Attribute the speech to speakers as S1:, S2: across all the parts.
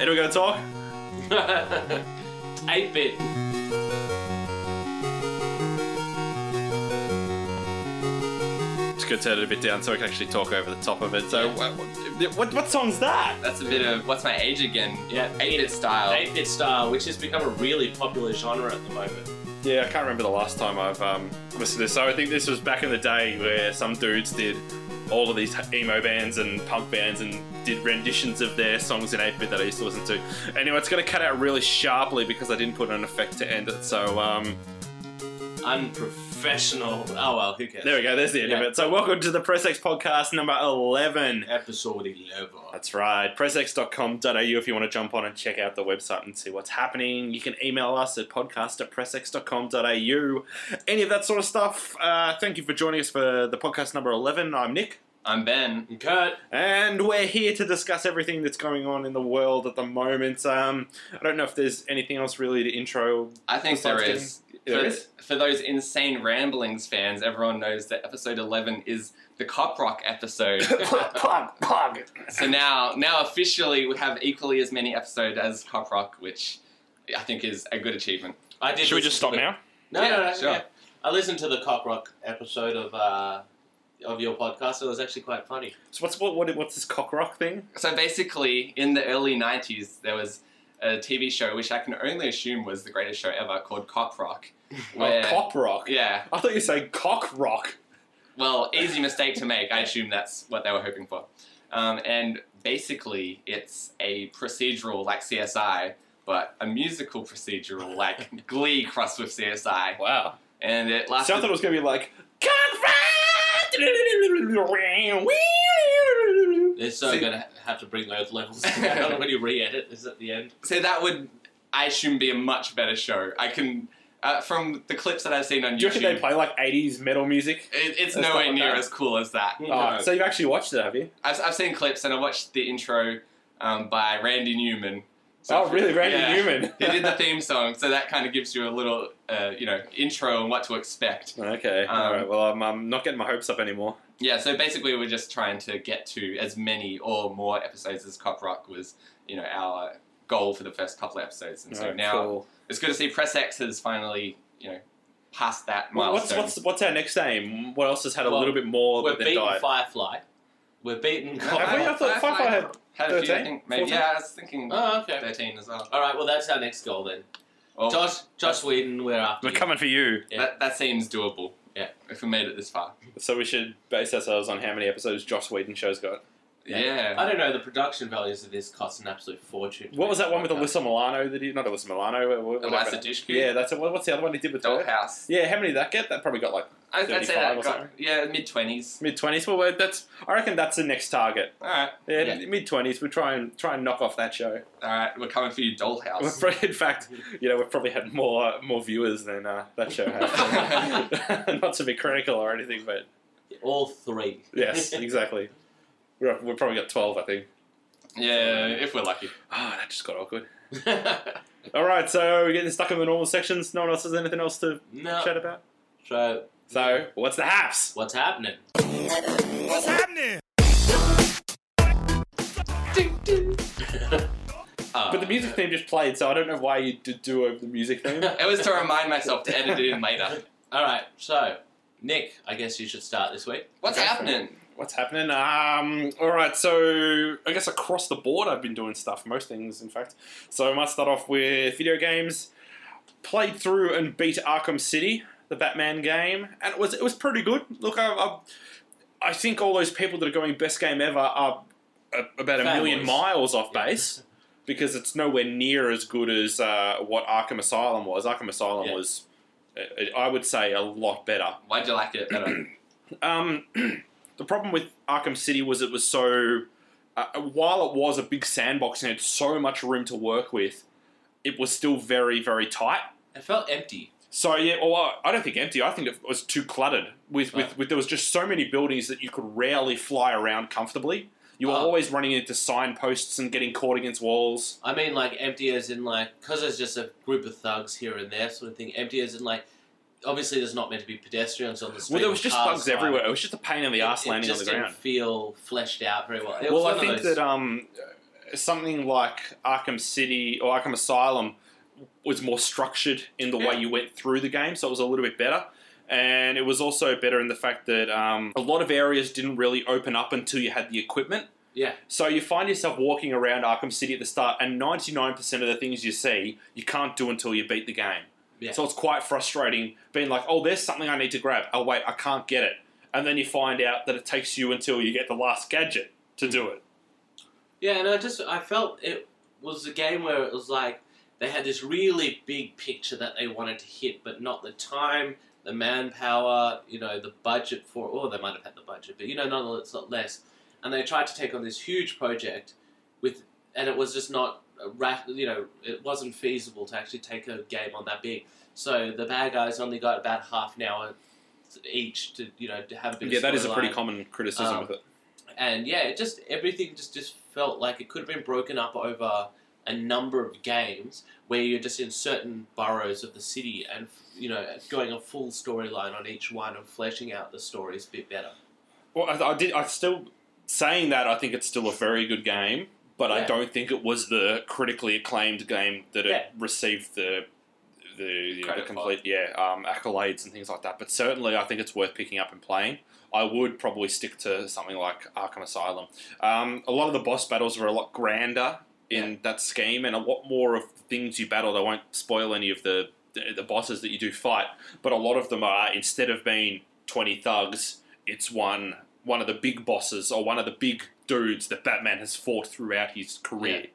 S1: Are we gonna talk?
S2: 8 bit.
S1: Just gonna turn it a bit down so I can actually talk over the top of it. So, what, what, what song's that?
S3: That's a bit of what's my age again?
S2: Yeah.
S3: eight bit
S1: Oh.
S3: style.
S2: 8 bit style, which has become a really popular genre at the moment.
S1: Yeah, I can't remember the last time I've um, listened to this. So I think this was back in the day where some dudes did all of these emo bands and punk bands and did renditions of their songs in 8-bit that I used to listen to. Anyway, it's going to cut out really sharply because I didn't put an effect to end it. So um,
S2: Unprofessional. Oh well, who cares?
S1: there we go. There's the end of
S2: Yeah.
S1: it. So welcome to the Press X podcast number 11.
S2: Episode 11.
S1: That's right. Pressx.com.au if you want to jump on and check out the website and see what's happening. You can email us at podcast at pressx.com.au. Any of that sort of stuff. Uh, thank you for joining us for the podcast number 11. I'm Nick.
S3: I'm Ben.
S2: Kurt,
S1: And we're here to discuss everything that's going on in the world at the moment. Um, I don't know if there's anything else really to intro.
S3: I think
S1: Besides
S3: there is.
S1: getting- there
S3: for,
S1: is?
S3: for those insane ramblings fans, everyone knows that episode eleven is the cop rock episode.
S1: plug, plug.
S3: so now, now officially, we have equally as many episodes as cop rock, which I think is a good achievement.
S2: I did.
S1: Should we
S2: listen
S1: just stop
S2: to the-
S1: now?
S2: No,
S3: Yeah,
S2: no, no.
S3: sure.
S2: yeah. I listened to the Cock Rock episode of uh, of your podcast. It was actually quite funny.
S1: So what's what, what what's this cock rock thing?
S3: So basically, in the early 90s, there was a TV show, which I can only assume was the greatest show ever, called Cop Rock. Where,
S1: Oh, cop rock.
S3: Yeah.
S1: I thought you said cock rock.
S3: Well, easy mistake to make. I assume that's what they were hoping for. Um, and basically, it's a procedural like CSI, but a musical procedural like Glee crossed with CSI.
S1: Wow.
S3: And it lasted.
S1: So I thought it was gonna be like
S2: They're so
S3: See-
S2: going to have to bring those levels down when you re-edit this at the end.
S3: So that would, I assume, be a much better show. I can, uh, from the clips that I've seen on
S1: Do you
S3: YouTube,
S1: reckon they play like 80s metal music?
S3: it, it's
S1: That's not
S3: nowhere
S1: what
S3: near
S1: that-
S3: as cool as that.
S1: Oh, so you've actually watched it, have you?
S3: I've, I've seen clips and I watched the intro um, by Randy Newman.
S1: oh, really? Randy
S3: yeah.
S1: Newman.
S3: he did the theme song, so that kind of gives you a little, uh, you know, intro on what to expect.
S1: okay.
S3: Um,
S1: All right. Well, I'm, I'm not getting my hopes up anymore.
S3: Yeah, so basically we're just trying to get to as many or more episodes as Cop Rock was, you know, our goal for the first couple of episodes. And so
S1: Alright,
S3: now
S1: cool.
S3: it's good to see Press X has finally, you know, passed that
S1: Well, what's
S3: milestone.
S1: what's what's our next aim? What else has had a
S2: Well,
S1: little bit more
S2: We're
S1: but then
S2: beating
S1: died?
S2: Firefly. We're beating.
S3: No,
S1: Have we? I
S2: Firefly.
S1: thought
S3: Firefly-
S1: Firefly had.
S3: Had a few, I
S1: 13?
S3: think. Maybe,
S1: 14?
S3: yeah, I was thinking
S2: Oh, okay.
S3: 13 as well.
S2: All right. Well, that's our next goal then.
S3: Or-
S2: Josh, Josh Whedon, we're after. you.
S1: Oh. coming for you.
S2: Yeah.
S3: That, that seems doable.
S2: Yeah.
S3: If we made it this far.
S1: So we should base ourselves on how many episodes Joss Whedon show's got.
S2: Yeah.
S3: Yeah.
S2: I don't know. The production values of this cost an absolute fortune.
S1: What was that one with Alyssa Milano that he? Not Alyssa Milano. what- what- whatever.
S3: Eliza Dushku.
S1: Yeah, that's it. What- What's the other one he did with her?
S3: Dollhouse.
S1: Yeah, how many did that get? That probably got like
S3: I, I'd
S1: 35
S3: say
S1: or
S3: that got,
S1: something.
S3: yeah, mid 20s.
S1: mid twenties. Well, we're- that's I reckon that's the next target.
S3: Alright,
S1: Yeah,
S3: Yeah.
S1: mid twenties. We try and try and knock off that show.
S3: alright, we're coming for you,
S1: We've
S3: Dollhouse.
S1: probably- in fact, you know, we've probably had more more viewers than uh, that show has. Not to be critical or anything, but
S2: All three.
S1: yes, exactly. We're, we've probably got twelve, I think.
S3: yeah, if we're lucky.
S1: Ah, that just got awkward.
S2: no.
S1: All right, so we're getting stuck in the normal sections. No one else has anything else to
S2: Uh,
S1: chat about.
S2: So
S1: So, what's the haps?
S2: what's happening?
S4: What's happening?
S3: Uh,
S1: But
S2: uh,
S1: the music theme just played, so I don't know why you did do over the music theme.
S3: It was to remind myself to edit it in later.
S2: All right. Um, So Nick, I guess you should start this week.
S3: What's
S1: Okay.
S3: happening?
S1: What's happening? Um, all right, so I guess across the board, I've been doing stuff, most things, in fact. So I might start off with video games. Played through and beat Arkham City, the Batman game, and it was it was pretty good. Look, I, I, I think all those people that are going best game ever are a, about a million
S2: Fanboys.
S1: miles off
S2: Yeah.
S1: base because it's nowhere near as good as uh, what Arkham Asylum was. Arkham Asylum
S2: Yeah.
S1: was, uh, I would say, a lot better.
S3: Why'd you like it better?
S1: Um, the problem with Arkham City was it was so. Uh, while it was a big sandbox and had so much room to work with, it was still very, very tight.
S2: It felt empty.
S1: So yeah, well, I- I don't think empty. I think it was too cluttered. With, with,
S2: Right.
S1: with there was just so many buildings that you could rarely fly around comfortably. You were
S2: Oh.
S1: always running into signposts and getting caught against walls.
S2: I mean, like empty as in like because there's just a group of thugs here and there, sort of thing. Empty as in like obviously there's not meant to be pedestrians on the street.
S1: Well, there
S2: or
S1: was just
S2: cars
S1: bugs
S2: driving.
S1: everywhere. It was just a pain in the
S2: It-
S1: ass
S2: it
S1: landing on
S2: just
S1: the ground.
S2: Didn't feel fleshed out very well. It was
S1: Well,
S2: one
S1: I
S2: of
S1: think uh,
S2: those-
S1: that um, something like Arkham City or Arkham Asylum was more structured in the way
S2: Mm.
S3: Yeah.
S1: you went through the game, so it was a little bit better. And it was also better in the fact that um, a lot of areas didn't really open up until you had the equipment.
S2: Yeah.
S1: So you find yourself walking around Arkham City at the start, and 99% of the things you see, you can't do until you beat the game.
S2: Yeah.
S1: So it's quite frustrating being like, oh, there's something I need to grab. Oh, wait, I can't get it. And then you find out that it takes you until you get the last gadget to do
S2: Mm.
S1: it.
S2: Yeah, and I just I felt it was a game where it was like they had this really big picture that they wanted to hit, but not the time, the manpower, you know, the budget for. Or they might have had the budget, but you know, nonetheless, not less. And they tried to take on this huge project with, and it was just not a rat. You know, it wasn't feasible to actually take a game on that big. So the bad guys only got about half an hour each to you know to have a bit of
S1: Yeah, that is a pretty
S2: storyline.
S1: common criticism
S2: Um,
S1: with it.
S2: and yeah, it just everything just just felt like it could have been broken up over a number of games where you're just in certain boroughs of the city and you know going a full storyline on each one and fleshing out the stories a bit better.
S1: Well, I, I did. I still saying that I think it's still a very good game, but I
S2: Yeah.
S1: don't think it was the critically acclaimed game that
S2: Yeah.
S1: it received the the, you know, the
S3: Credit for.
S1: complete yeah um, accolades and things like that. But certainly, I think it's worth picking up and playing. I would probably stick to something like Arkham Asylum. Um, a lot of the boss battles were a lot grander in that scheme, and a lot more of the things you battled. I won't spoil any of the the the bosses that you do fight, but a lot of them are instead of being twenty thugs, it's one one of the big bosses or one of the big dudes that Batman has fought throughout his career.
S2: Yeah.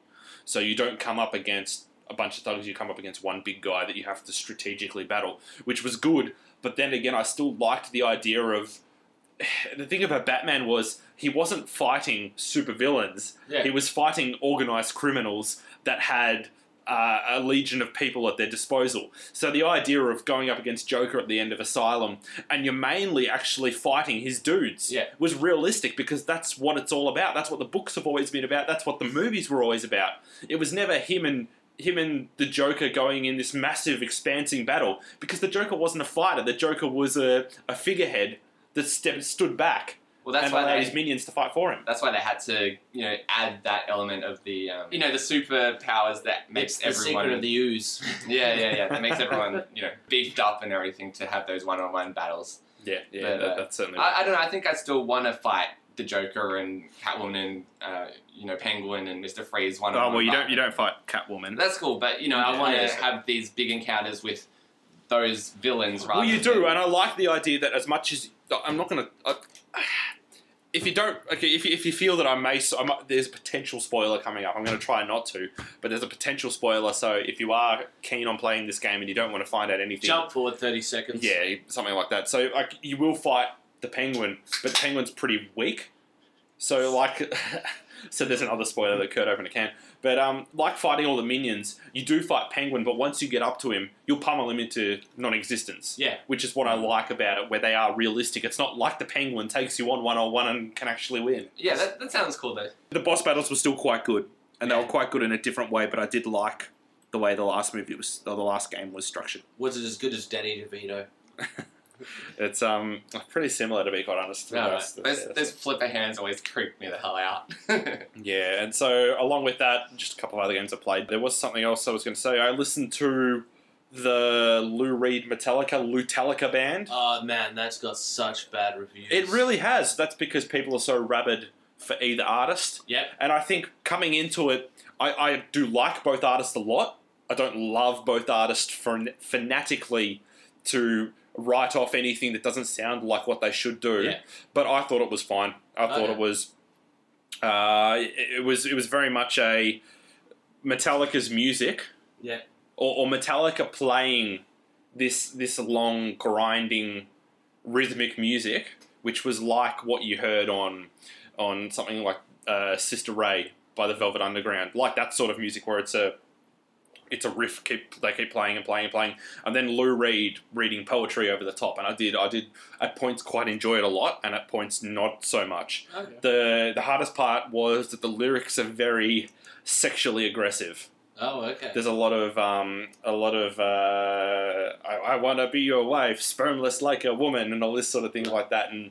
S1: So you don't come up against a bunch of thugs, you come up against one big guy that you have to strategically battle, which was good. But then again, I still liked the idea of the thing about Batman was he wasn't fighting supervillains.
S2: Yeah.
S1: He was fighting organized criminals that had uh, a legion of people at their disposal. So the idea of going up against Joker at the end of Asylum and you're mainly actually fighting his dudes
S2: Yeah.
S1: was realistic because that's what it's all about. That's what the books have always been about. That's what the movies were always about. It was never him and him and the Joker going in this massive expansing battle because the Joker wasn't a fighter. The Joker was a, a figurehead that stepped, stood back
S3: Well, that's
S1: and
S3: why
S1: allowed
S3: they,
S1: his minions to fight for him.
S3: that's why they had to you know add that element of the um, you know the superpowers that makes
S2: It's the
S3: everyone
S2: secret of the ooze.
S3: yeah yeah yeah that makes everyone you know beefed up and everything to have those one on one battles.
S1: Yeah, yeah,
S3: But,
S1: that,
S3: uh,
S1: that's certainly. right.
S3: I, I don't know. I think I still want to fight the Joker and Catwoman and uh, you know Penguin and Mister Freeze one on one.
S1: oh well, you don't you don't fight Catwoman.
S3: That's cool, but you know I
S2: Yeah.
S3: want to
S2: Yeah.
S3: have these big encounters with those villains. Rather
S1: Well, you
S3: than-
S1: do, and I like the idea that as much as I'm not going to. If you don't, okay, if you, if you feel that I may, so I might, there's a potential spoiler coming up. I'm going to try not to, but there's a potential spoiler. So if you are keen on playing this game and you don't want to find out anything,
S2: Jump forward thirty seconds.
S1: yeah, something like that. So like, you will fight the penguin, but the penguin's pretty weak. So like, so there's another spoiler that occurred open a can. But um, like fighting all the minions, you do fight penguin, but once you get up to him, you'll pummel him into non-existence
S2: yeah.
S1: which is what I like about it, where they are realistic. It's not like the Penguin takes you on one on one and can actually win.
S3: Yeah, that, that sounds cool though.
S1: The boss battles were still quite good, and they
S2: Yeah.
S1: were quite good in a different way. But I did like the way the last movie was, or the last game was structured.
S2: Was it as good as Danny DeVito?
S1: It's um pretty similar, to be quite honest.
S2: Yeah,
S1: That's-
S3: Those,
S1: that's-
S3: those flipper hands always creep me the hell out.
S1: Yeah, and so along with that, just a couple of other games I played. There was something else I was going to say. I listened to the Lou Reed Metallica Lutalica band.
S2: Oh man, that's got such bad reviews.
S1: It really has. That's because people are so rabid for either artist.
S2: Yep.
S1: And I think coming into it, I, I do like both artists a lot. I don't love both artists fan- fanatically to write off anything that doesn't sound like what they should do.
S2: Yeah.
S1: But I thought it was fine. I
S2: Oh,
S1: thought
S2: yeah.
S1: it was. Uh, it, it was it was very much a Metallica's music,
S2: Yeah.
S1: or, or Metallica playing this this long grinding rhythmic music, which was like what you heard on on something like uh, Sister Ray by the Velvet Underground, like that sort of music where it's a it's a riff keep they keep playing and playing and playing, and then Lou Reed reading poetry over the top, and I did I did at points quite enjoy it a lot, and at points not so much.
S2: Okay.
S1: the The hardest part was that the lyrics are very sexually aggressive.
S2: Oh okay.
S1: There's a lot of um, a lot of uh, I, I want to be your wife, spermless like a woman, and all this sort of thing like that, and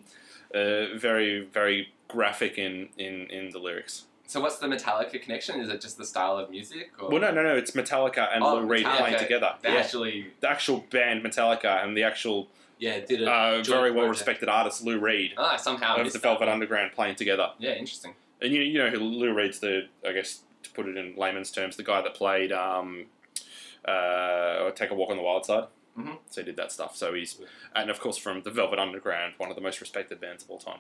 S1: uh, very very graphic in in in the lyrics.
S3: So what's the Metallica connection? Is it just the style of music? Or?
S1: Well, no, no, no. It's Metallica and
S3: Oh,
S1: Lou Reed
S3: Metallica.
S1: playing together.
S3: They
S1: Yeah.
S3: actually
S1: The actual band Metallica and the actual
S2: Yeah, it did a
S1: uh,
S2: joint
S1: very well
S2: project.
S1: respected artist Lou Reed
S3: ah somehow
S1: of
S3: missed
S1: the
S3: that.
S1: Velvet Underground playing together.
S3: Yeah, interesting.
S1: And you, you know who Lou Reed's the I guess to put it in layman's terms, the guy that played um, uh, Take a Walk on the Wild Side.
S3: Mhm.
S1: So he did that stuff. So he's and of course from the Velvet Underground, one of the most respected bands of all time.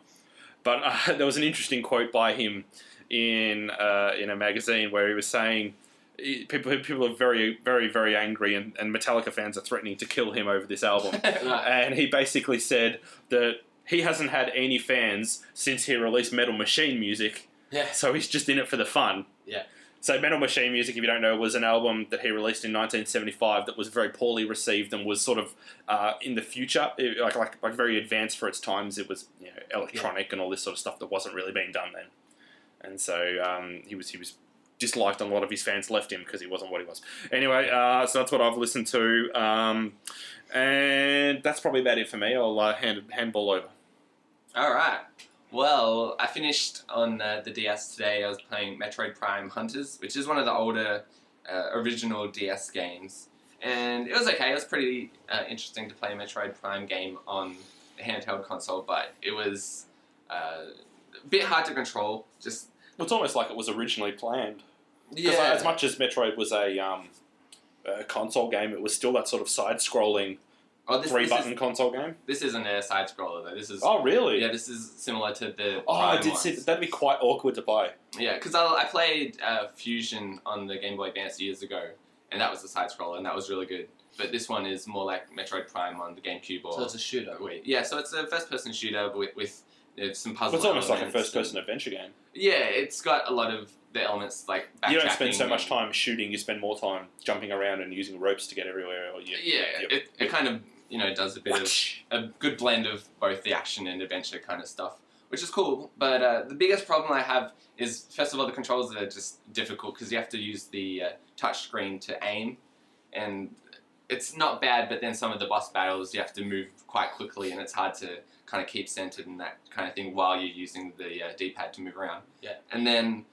S1: But uh, there was an interesting quote by him in uh, in a magazine where he was saying. eh, People, people are very, very, very angry, and, and Metallica fans are threatening to kill him over this album
S2: Right.
S1: and he basically said that he hasn't had any fans since he released Metal Machine Music,
S2: Yeah.
S1: so he's just in it for the fun.
S2: Yeah.
S1: So Metal Machine Music, if you don't know, was an album that he released in 1975 that was very poorly received and was sort of uh, in the future, it- like, like like very advanced for its times. It was you know, electronic and all this sort of stuff that wasn't really being done then, and so um, he was he was disliked and a lot of his fans left him because he wasn't what he was. Anyway, uh, so that's what I've listened to. Um, and that's probably about it for me. I'll uh, hand handball over.
S3: All right. Well, I finished on uh, the DS today. I was playing Metroid Prime Hunters, which is one of the older uh, original DS games, and it was okay. It was pretty uh, interesting to play a Metroid Prime game on the handheld console, but it was uh, a bit hard to control. Just
S1: Well, it's almost like it was originally planned.
S3: yeah,
S1: Because as much as Metroid was a, um, a console game, it was still that sort of side-scrolling
S3: oh, this, this,
S1: three-button
S3: is,
S1: console game.
S3: this isn't a side scroller though. This is
S1: Oh, really?
S3: yeah, this is similar to the.
S1: Oh, I
S3: Prime
S1: did see
S3: ones.
S1: that. That'd be quite awkward to buy.
S3: Yeah, because I, I played uh, Fusion on the Game Boy Advance years ago, and that was a side scroller, and that was really good. But this one is more like Metroid Prime on the GameCube or
S2: So it's a shooter.
S3: wait, yeah. So it's a first-person shooter with, with uh, some puzzle.
S1: it's almost like a
S3: elements
S1: first-person
S3: and-
S1: adventure game.
S3: Yeah, it's got a lot of the elements like backtracking.
S1: You don't spend so much
S3: and-
S1: time shooting; you spend more time jumping around and using ropes to get everywhere. Or you,
S3: Yeah, it, it kind of you know does a bit of a good blend of both the action and adventure kind of stuff, which is cool. But uh, the biggest problem I have is, first of all, the controls are just difficult because you have to use the uh, touch screen to aim, and it's not bad. But then some of the boss battles, you have to move quite quickly, and it's hard to kind of keep centered and that kind of thing while you're using the uh, D-pad to move around.
S2: Yeah.
S3: and then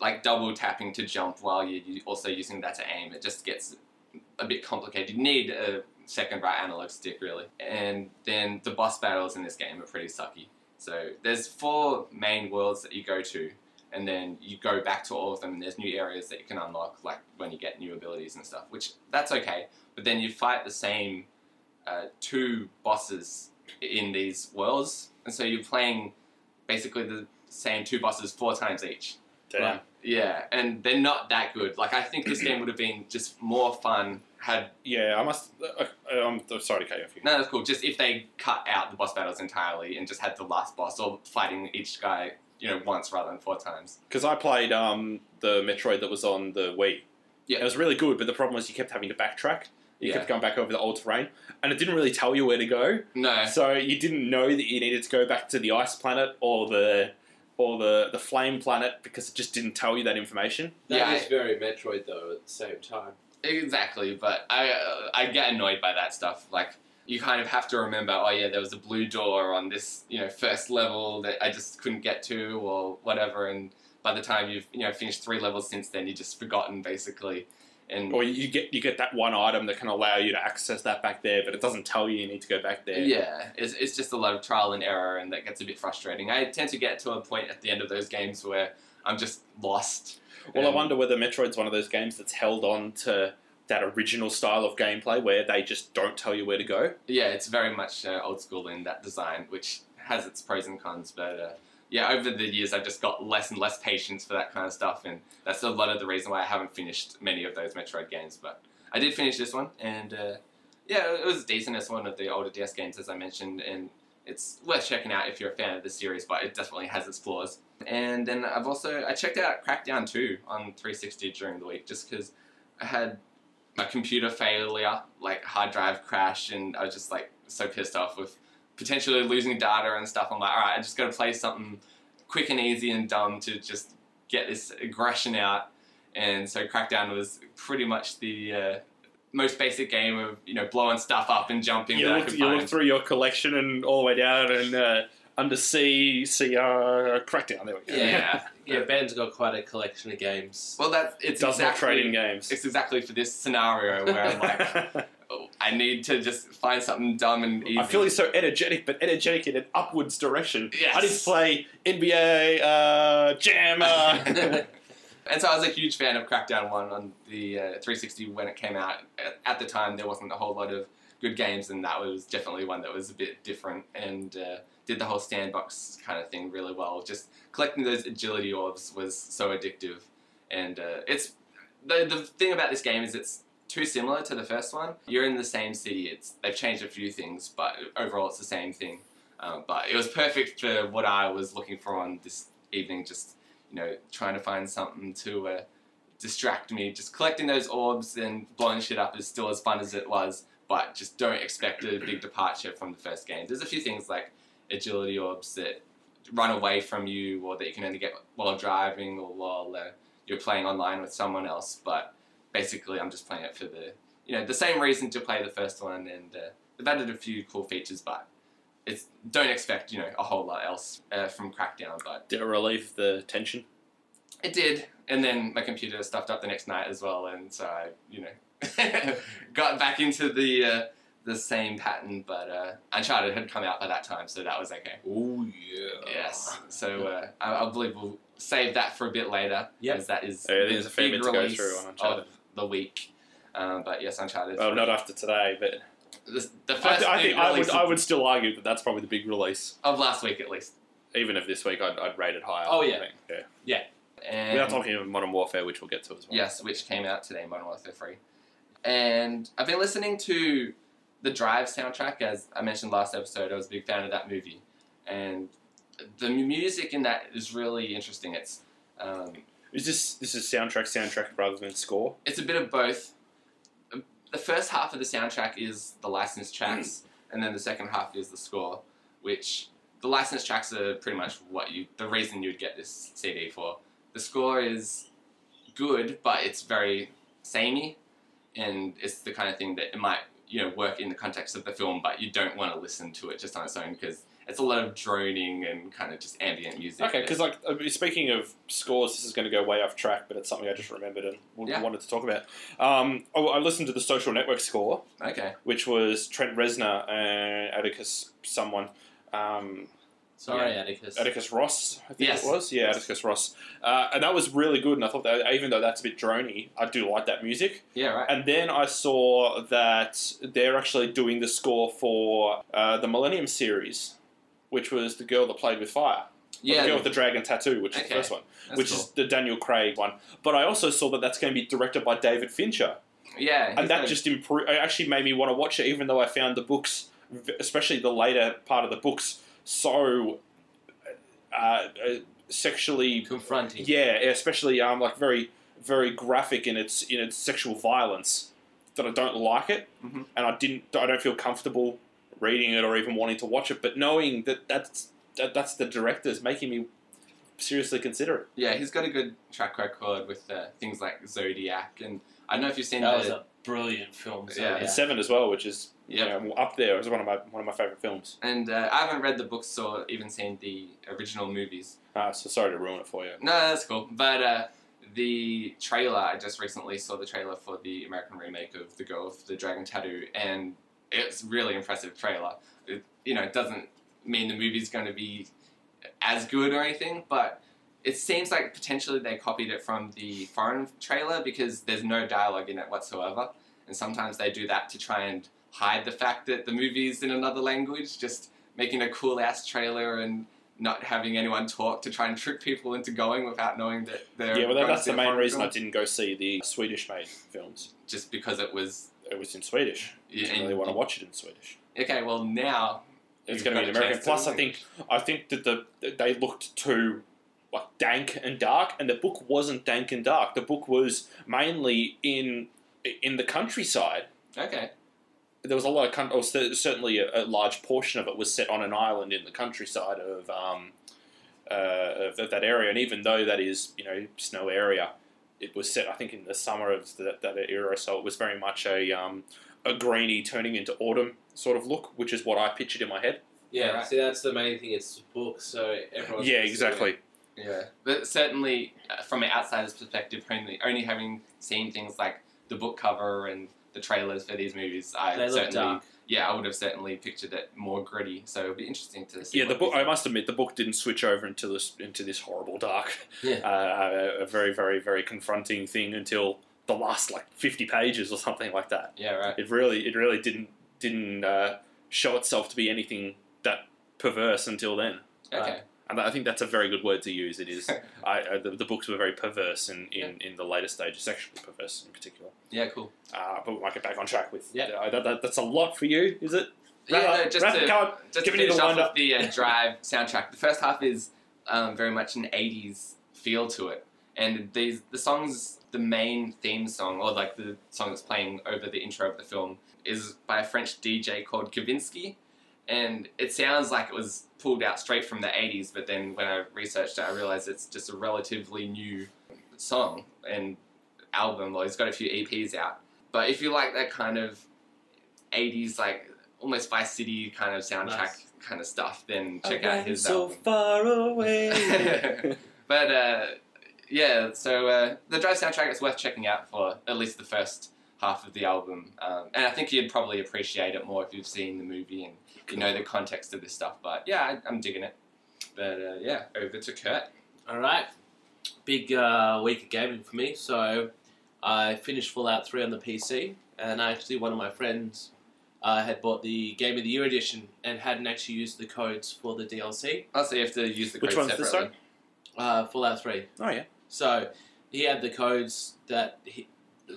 S3: like double tapping to jump while you're u- also using that to aim, it just gets a bit complicated. You need a second right analog stick really. And then the boss battles in this game are pretty sucky. So there's four main worlds that you go to, and then you go back to all of them. And there's new areas that you can unlock, like when you get new abilities and stuff, which that's okay. But then you fight the same uh, two bosses in these worlds, and so you're playing basically the same two bosses four times each.
S1: Damn.
S3: Yeah, and they're not that good. Like I think this game would have been just more fun had
S1: Yeah, I must. Uh, uh, I'm sorry to cut you off. You.
S3: No, that's cool. Just if they cut out the boss battles entirely and just had the last boss or fighting each guy, you know, once rather than four times.
S1: Because I played um, the Metroid that was on the Wii.
S3: Yeah.
S1: It was really good, but the problem was you kept having to backtrack. You
S3: Yeah.
S1: kept going back over the old terrain, and it didn't really tell you where to go.
S3: No.
S1: So you didn't know that you needed to go back to the ice planet or the or the, the flame planet because it just didn't tell you that information.
S2: That
S3: Yeah,
S2: is
S3: I-
S2: very Metroid though. At the same time,
S3: Exactly, but I uh, I get annoyed by that stuff. Like you kind of have to remember, oh yeah, there was a blue door on this you know first level that I just couldn't get to or whatever. And by the time you've you know finished three levels since then, you just forgotten basically. And
S1: Or you get you get that one item that can allow you to access that back there, but it doesn't tell you you need to go back there.
S3: Yeah, it's, it's just a lot of trial and error, and that gets a bit frustrating. I tend to get to a point at the end of those games where I'm just lost.
S1: Well, I
S3: And-
S1: wonder whether Metroid's one of those games that's held on to that original style of gameplay where they just don't tell you where to go.
S3: Yeah, it's very much uh, old school in that design, which has its pros and cons, but. Uh, yeah, over the years, I've just got less and less patience for that kind of stuff, and that's a lot of the reason why I haven't finished many of those Metroid games. But I did finish this one, and uh, yeah, it was decent. It's one of the older DS games, as I mentioned, and it's worth checking out if you're a fan of the series. But it definitely has its flaws. And then I've also I checked out Crackdown 2 on 360 during the week just because I had a computer failure, like hard drive crash, and I was just like so pissed off with potentially losing data and stuff. I'm like, all right, I just got to play something quick and easy and dumb to just get this aggression out. And so Crackdown was pretty much the uh, most basic game of you know blowing stuff up and jumping
S1: You
S3: that I
S1: look,
S3: could
S1: you
S3: find.
S1: look through your collection and all the way down, and uh, Undersea CR uh, Crackdown. There we go.
S3: Yeah.
S2: Yeah, Ben's got quite a collection of games.
S3: Well, that's it's
S1: Does not
S3: exactly
S1: trade in games.
S3: it's exactly for this scenario where I'm like, oh, I need to just find something dumb and easy.
S1: I'm feeling so energetic, but energetic in an upwards direction.
S3: Yes.
S1: I need to play NBA uh, Jam. uh,
S3: And so I was a huge fan of Crackdown 1 on the uh, 360 when it came out. At- At the time, there wasn't a whole lot of good games, and that was definitely one that was a bit different and uh, did the whole sandbox kind of thing really well. Just collecting those agility orbs was so addictive. And uh, it's the, the thing about this game is it's too similar to the first one. You're in the same city. It's they've changed a few things, but overall it's the same thing. Um, but it was perfect for what I was looking for on this evening. Just you know, trying to find something to uh, distract me. Just collecting those orbs and blowing shit up is still as fun as it was, but just don't expect a big departure from the first game. There's a few things like agility orbs that run away from you or that you can only get while driving or while uh, you're playing online with someone else, but basically I'm just playing it for the, you know, the same reason to play the first one and uh, they've added a few cool features, but it's, don't expect, you know, a whole lot else uh, from Crackdown, but
S1: Did it relieve the tension?
S3: it did, and then my computer stuffed up the next night as well, and so I, you know, got back into the uh, the same pattern. But uh, Uncharted had come out by that time, so that was okay.
S2: Oh yeah.
S3: Yes, so uh, I, I believe we'll save that for a bit later,
S2: Yep.
S3: as that is
S1: Yeah,
S3: the
S1: there's a fair
S3: big
S1: bit to go
S3: release
S1: through on Uncharted.
S3: of the week. Um, but yes, Uncharted.
S1: Well, not after today, but
S3: the, the first
S1: I, th- I
S3: big
S1: think I
S3: release
S1: would, I would still argue that that's probably the big release.
S3: of last week at least.
S1: Even if this week I'd, I'd rate it higher.
S2: Oh,
S1: I
S2: yeah.
S1: think. yeah.
S3: And
S1: We are talking about Modern Warfare, which we'll get to as well.
S3: Yes, which came out today, Modern Warfare 3. And I've been listening to the Drive soundtrack. As I mentioned last episode, I was a big fan of that movie. And the music in that is really interesting. It's um,
S1: Is this this is soundtrack soundtrack rather than score?
S3: it's a bit of both. Um, The first half of the soundtrack is the licensed tracks, and then the second half is the score, which the licensed tracks are pretty much what you the reason you'd get this CD for. The score is good, but it's very samey, and it's the kind of thing that it might you know work in the context of the film, but you don't want to listen to it just on its own because it's a lot of droning and kind of just ambient music.
S1: Okay, because like uh, speaking of scores, this is going to go way off track, but it's something I just remembered and w-
S3: Yeah.
S1: wanted to talk about. Um, oh, I listened to the Social Network score,
S3: okay,
S1: which was Trent Reznor and Atticus someone, um,
S2: Sorry, Atticus.
S1: Atticus Ross, I think
S3: Yes.
S1: it was. Yeah, Atticus Ross, uh, and that was really good. And I thought that even though that's a bit drony, I do like that music.
S3: yeah, right.
S1: And then I saw that they're actually doing the score for uh, the Millennium series, which was the girl that played with fire, Or
S3: yeah,
S1: the girl with the dragon tattoo, which is
S3: Okay.
S1: the first one,
S3: that's
S1: which
S3: cool.
S1: is the Daniel Craig one. But I also saw that that's going to be directed by David Fincher,
S3: yeah, he's
S1: and that
S3: got a-
S1: just improved. It actually made me want to watch it, even though I found the books, v- especially the later part of the books, so uh, uh, sexually
S2: Confronting.
S1: yeah, especially um, like very, very graphic in its in its sexual violence. That I don't like it,
S3: Mhm.
S1: and I didn't. I don't feel comfortable reading it or even wanting to watch it. But knowing that that's that, that's the director's making me seriously consider it.
S3: Yeah, he's got a good track record with uh, things like Zodiac, and I don't know if you've seen
S2: That was
S3: the.
S2: a brilliant film. So
S3: Yeah.
S2: yeah.
S1: And Seven as well, which is
S3: Yep.
S1: you know, up there. It's one of my one of my favorite films.
S3: And uh, I haven't read the books or even seen the original movies.
S1: Uh, so sorry to ruin it for you.
S3: No, that's cool. But uh, the trailer, I just recently saw the trailer for the American remake of The Girl with the Dragon Tattoo, and it's a really impressive trailer. It, you know, it doesn't mean the movie's going to be as good or anything, but it seems like potentially they copied it from the foreign trailer because there's no dialogue in it whatsoever. And sometimes they do that to try and hide the fact that the movie's in another language, just making a cool ass trailer and not having anyone talk to try and trick people into going without knowing that they're
S1: Yeah, well, that,
S3: going
S1: that's
S3: to
S1: the
S3: see a
S1: main
S3: foreign
S1: reason
S3: film,
S1: I didn't go see the Swedish-made films.
S3: just because it was
S1: It was in Swedish. I
S3: and-
S1: didn't really want to watch it in Swedish.
S3: Okay, well now
S1: It's
S3: You've
S1: going to
S3: got
S1: be an
S3: a
S1: American.
S3: chance to
S1: Plus, I
S3: win.
S1: think I think that the they looked too like dank and dark, and the book wasn't dank and dark. The book was mainly in in the countryside.
S3: okay,
S1: There was a lot of coun- or cer- certainly a, a large portion of it was set on an island in the countryside of um, uh, of, of that area. And even though that is you know snow area, it was set I think in the summer of that, that era, so it was very much a um, a greeny turning into autumn sort of look, which is what I pictured in my head.
S2: Yeah,
S3: Right.
S2: see, that's the main thing. It's a book, so everyone.
S1: Yeah, exactly.
S3: Yeah, but certainly uh, from an outsider's perspective, only only having seen things like the book cover and the trailers for these movies, I
S2: They look
S3: certainly
S2: dark.
S3: yeah, I would have certainly pictured it more gritty. So it'd be interesting to see.
S1: Yeah, the
S3: what
S1: book.
S3: these-
S1: I must admit, the book didn't switch over into this into this horrible dark,
S2: Yeah.
S1: uh, a- a very, very, very confronting thing until the last like fifty pages or something like that.
S3: yeah, right.
S1: It really, it really didn't didn't uh, show itself to be anything that perverse until then.
S3: Okay.
S1: And I think that's a very good word to use. It is. I, uh, the, the books were very perverse in, in, in the later stages, sexually perverse in particular.
S3: yeah, cool.
S1: Uh, but we might get back on track with.
S2: Yeah.
S1: uh, that, that, that's a lot for you, is it?
S3: Yeah,
S1: Wrap
S3: no,
S1: up-
S3: just
S1: wrap
S3: to-
S1: it up.
S3: just
S1: Give
S3: to
S1: me the
S3: finish off
S1: wind
S3: with
S1: up.
S3: the uh, Drive soundtrack, the first half is um, very much an '80s feel to it, and these the songs, the main theme song or like the song that's playing over the intro of the film is by a French DJ called Kavinsky, and it sounds like it was pulled out straight from the '80s, but then when I researched it, I realized it's just a relatively new song and album. Well, he's got a few EPs out, but if you like that kind of '80s like almost Vice City kind of soundtrack
S2: Nice.
S3: kind of stuff, then check
S1: I
S3: out
S1: ran
S3: his
S1: so
S3: album.
S1: far away.
S3: but uh, yeah, so uh, the Drive soundtrack is worth checking out for at least the first half of the album, um, and I think you'd probably appreciate it more if you've seen the movie and you know the context of this stuff. But yeah, I, I'm digging it. But uh, yeah, over to Kurt.
S2: All right. Big uh, week of gaming for me. So I finished Fallout 3 on the PC, and actually, one of my friends uh, had bought the Game of the Year edition and hadn't actually used the codes for the DLC.
S3: Oh, so you have to use the
S1: Which
S3: code
S1: one's this
S3: separately.
S2: Uh, Fallout 3.
S1: Oh yeah,
S2: So he had the codes that he.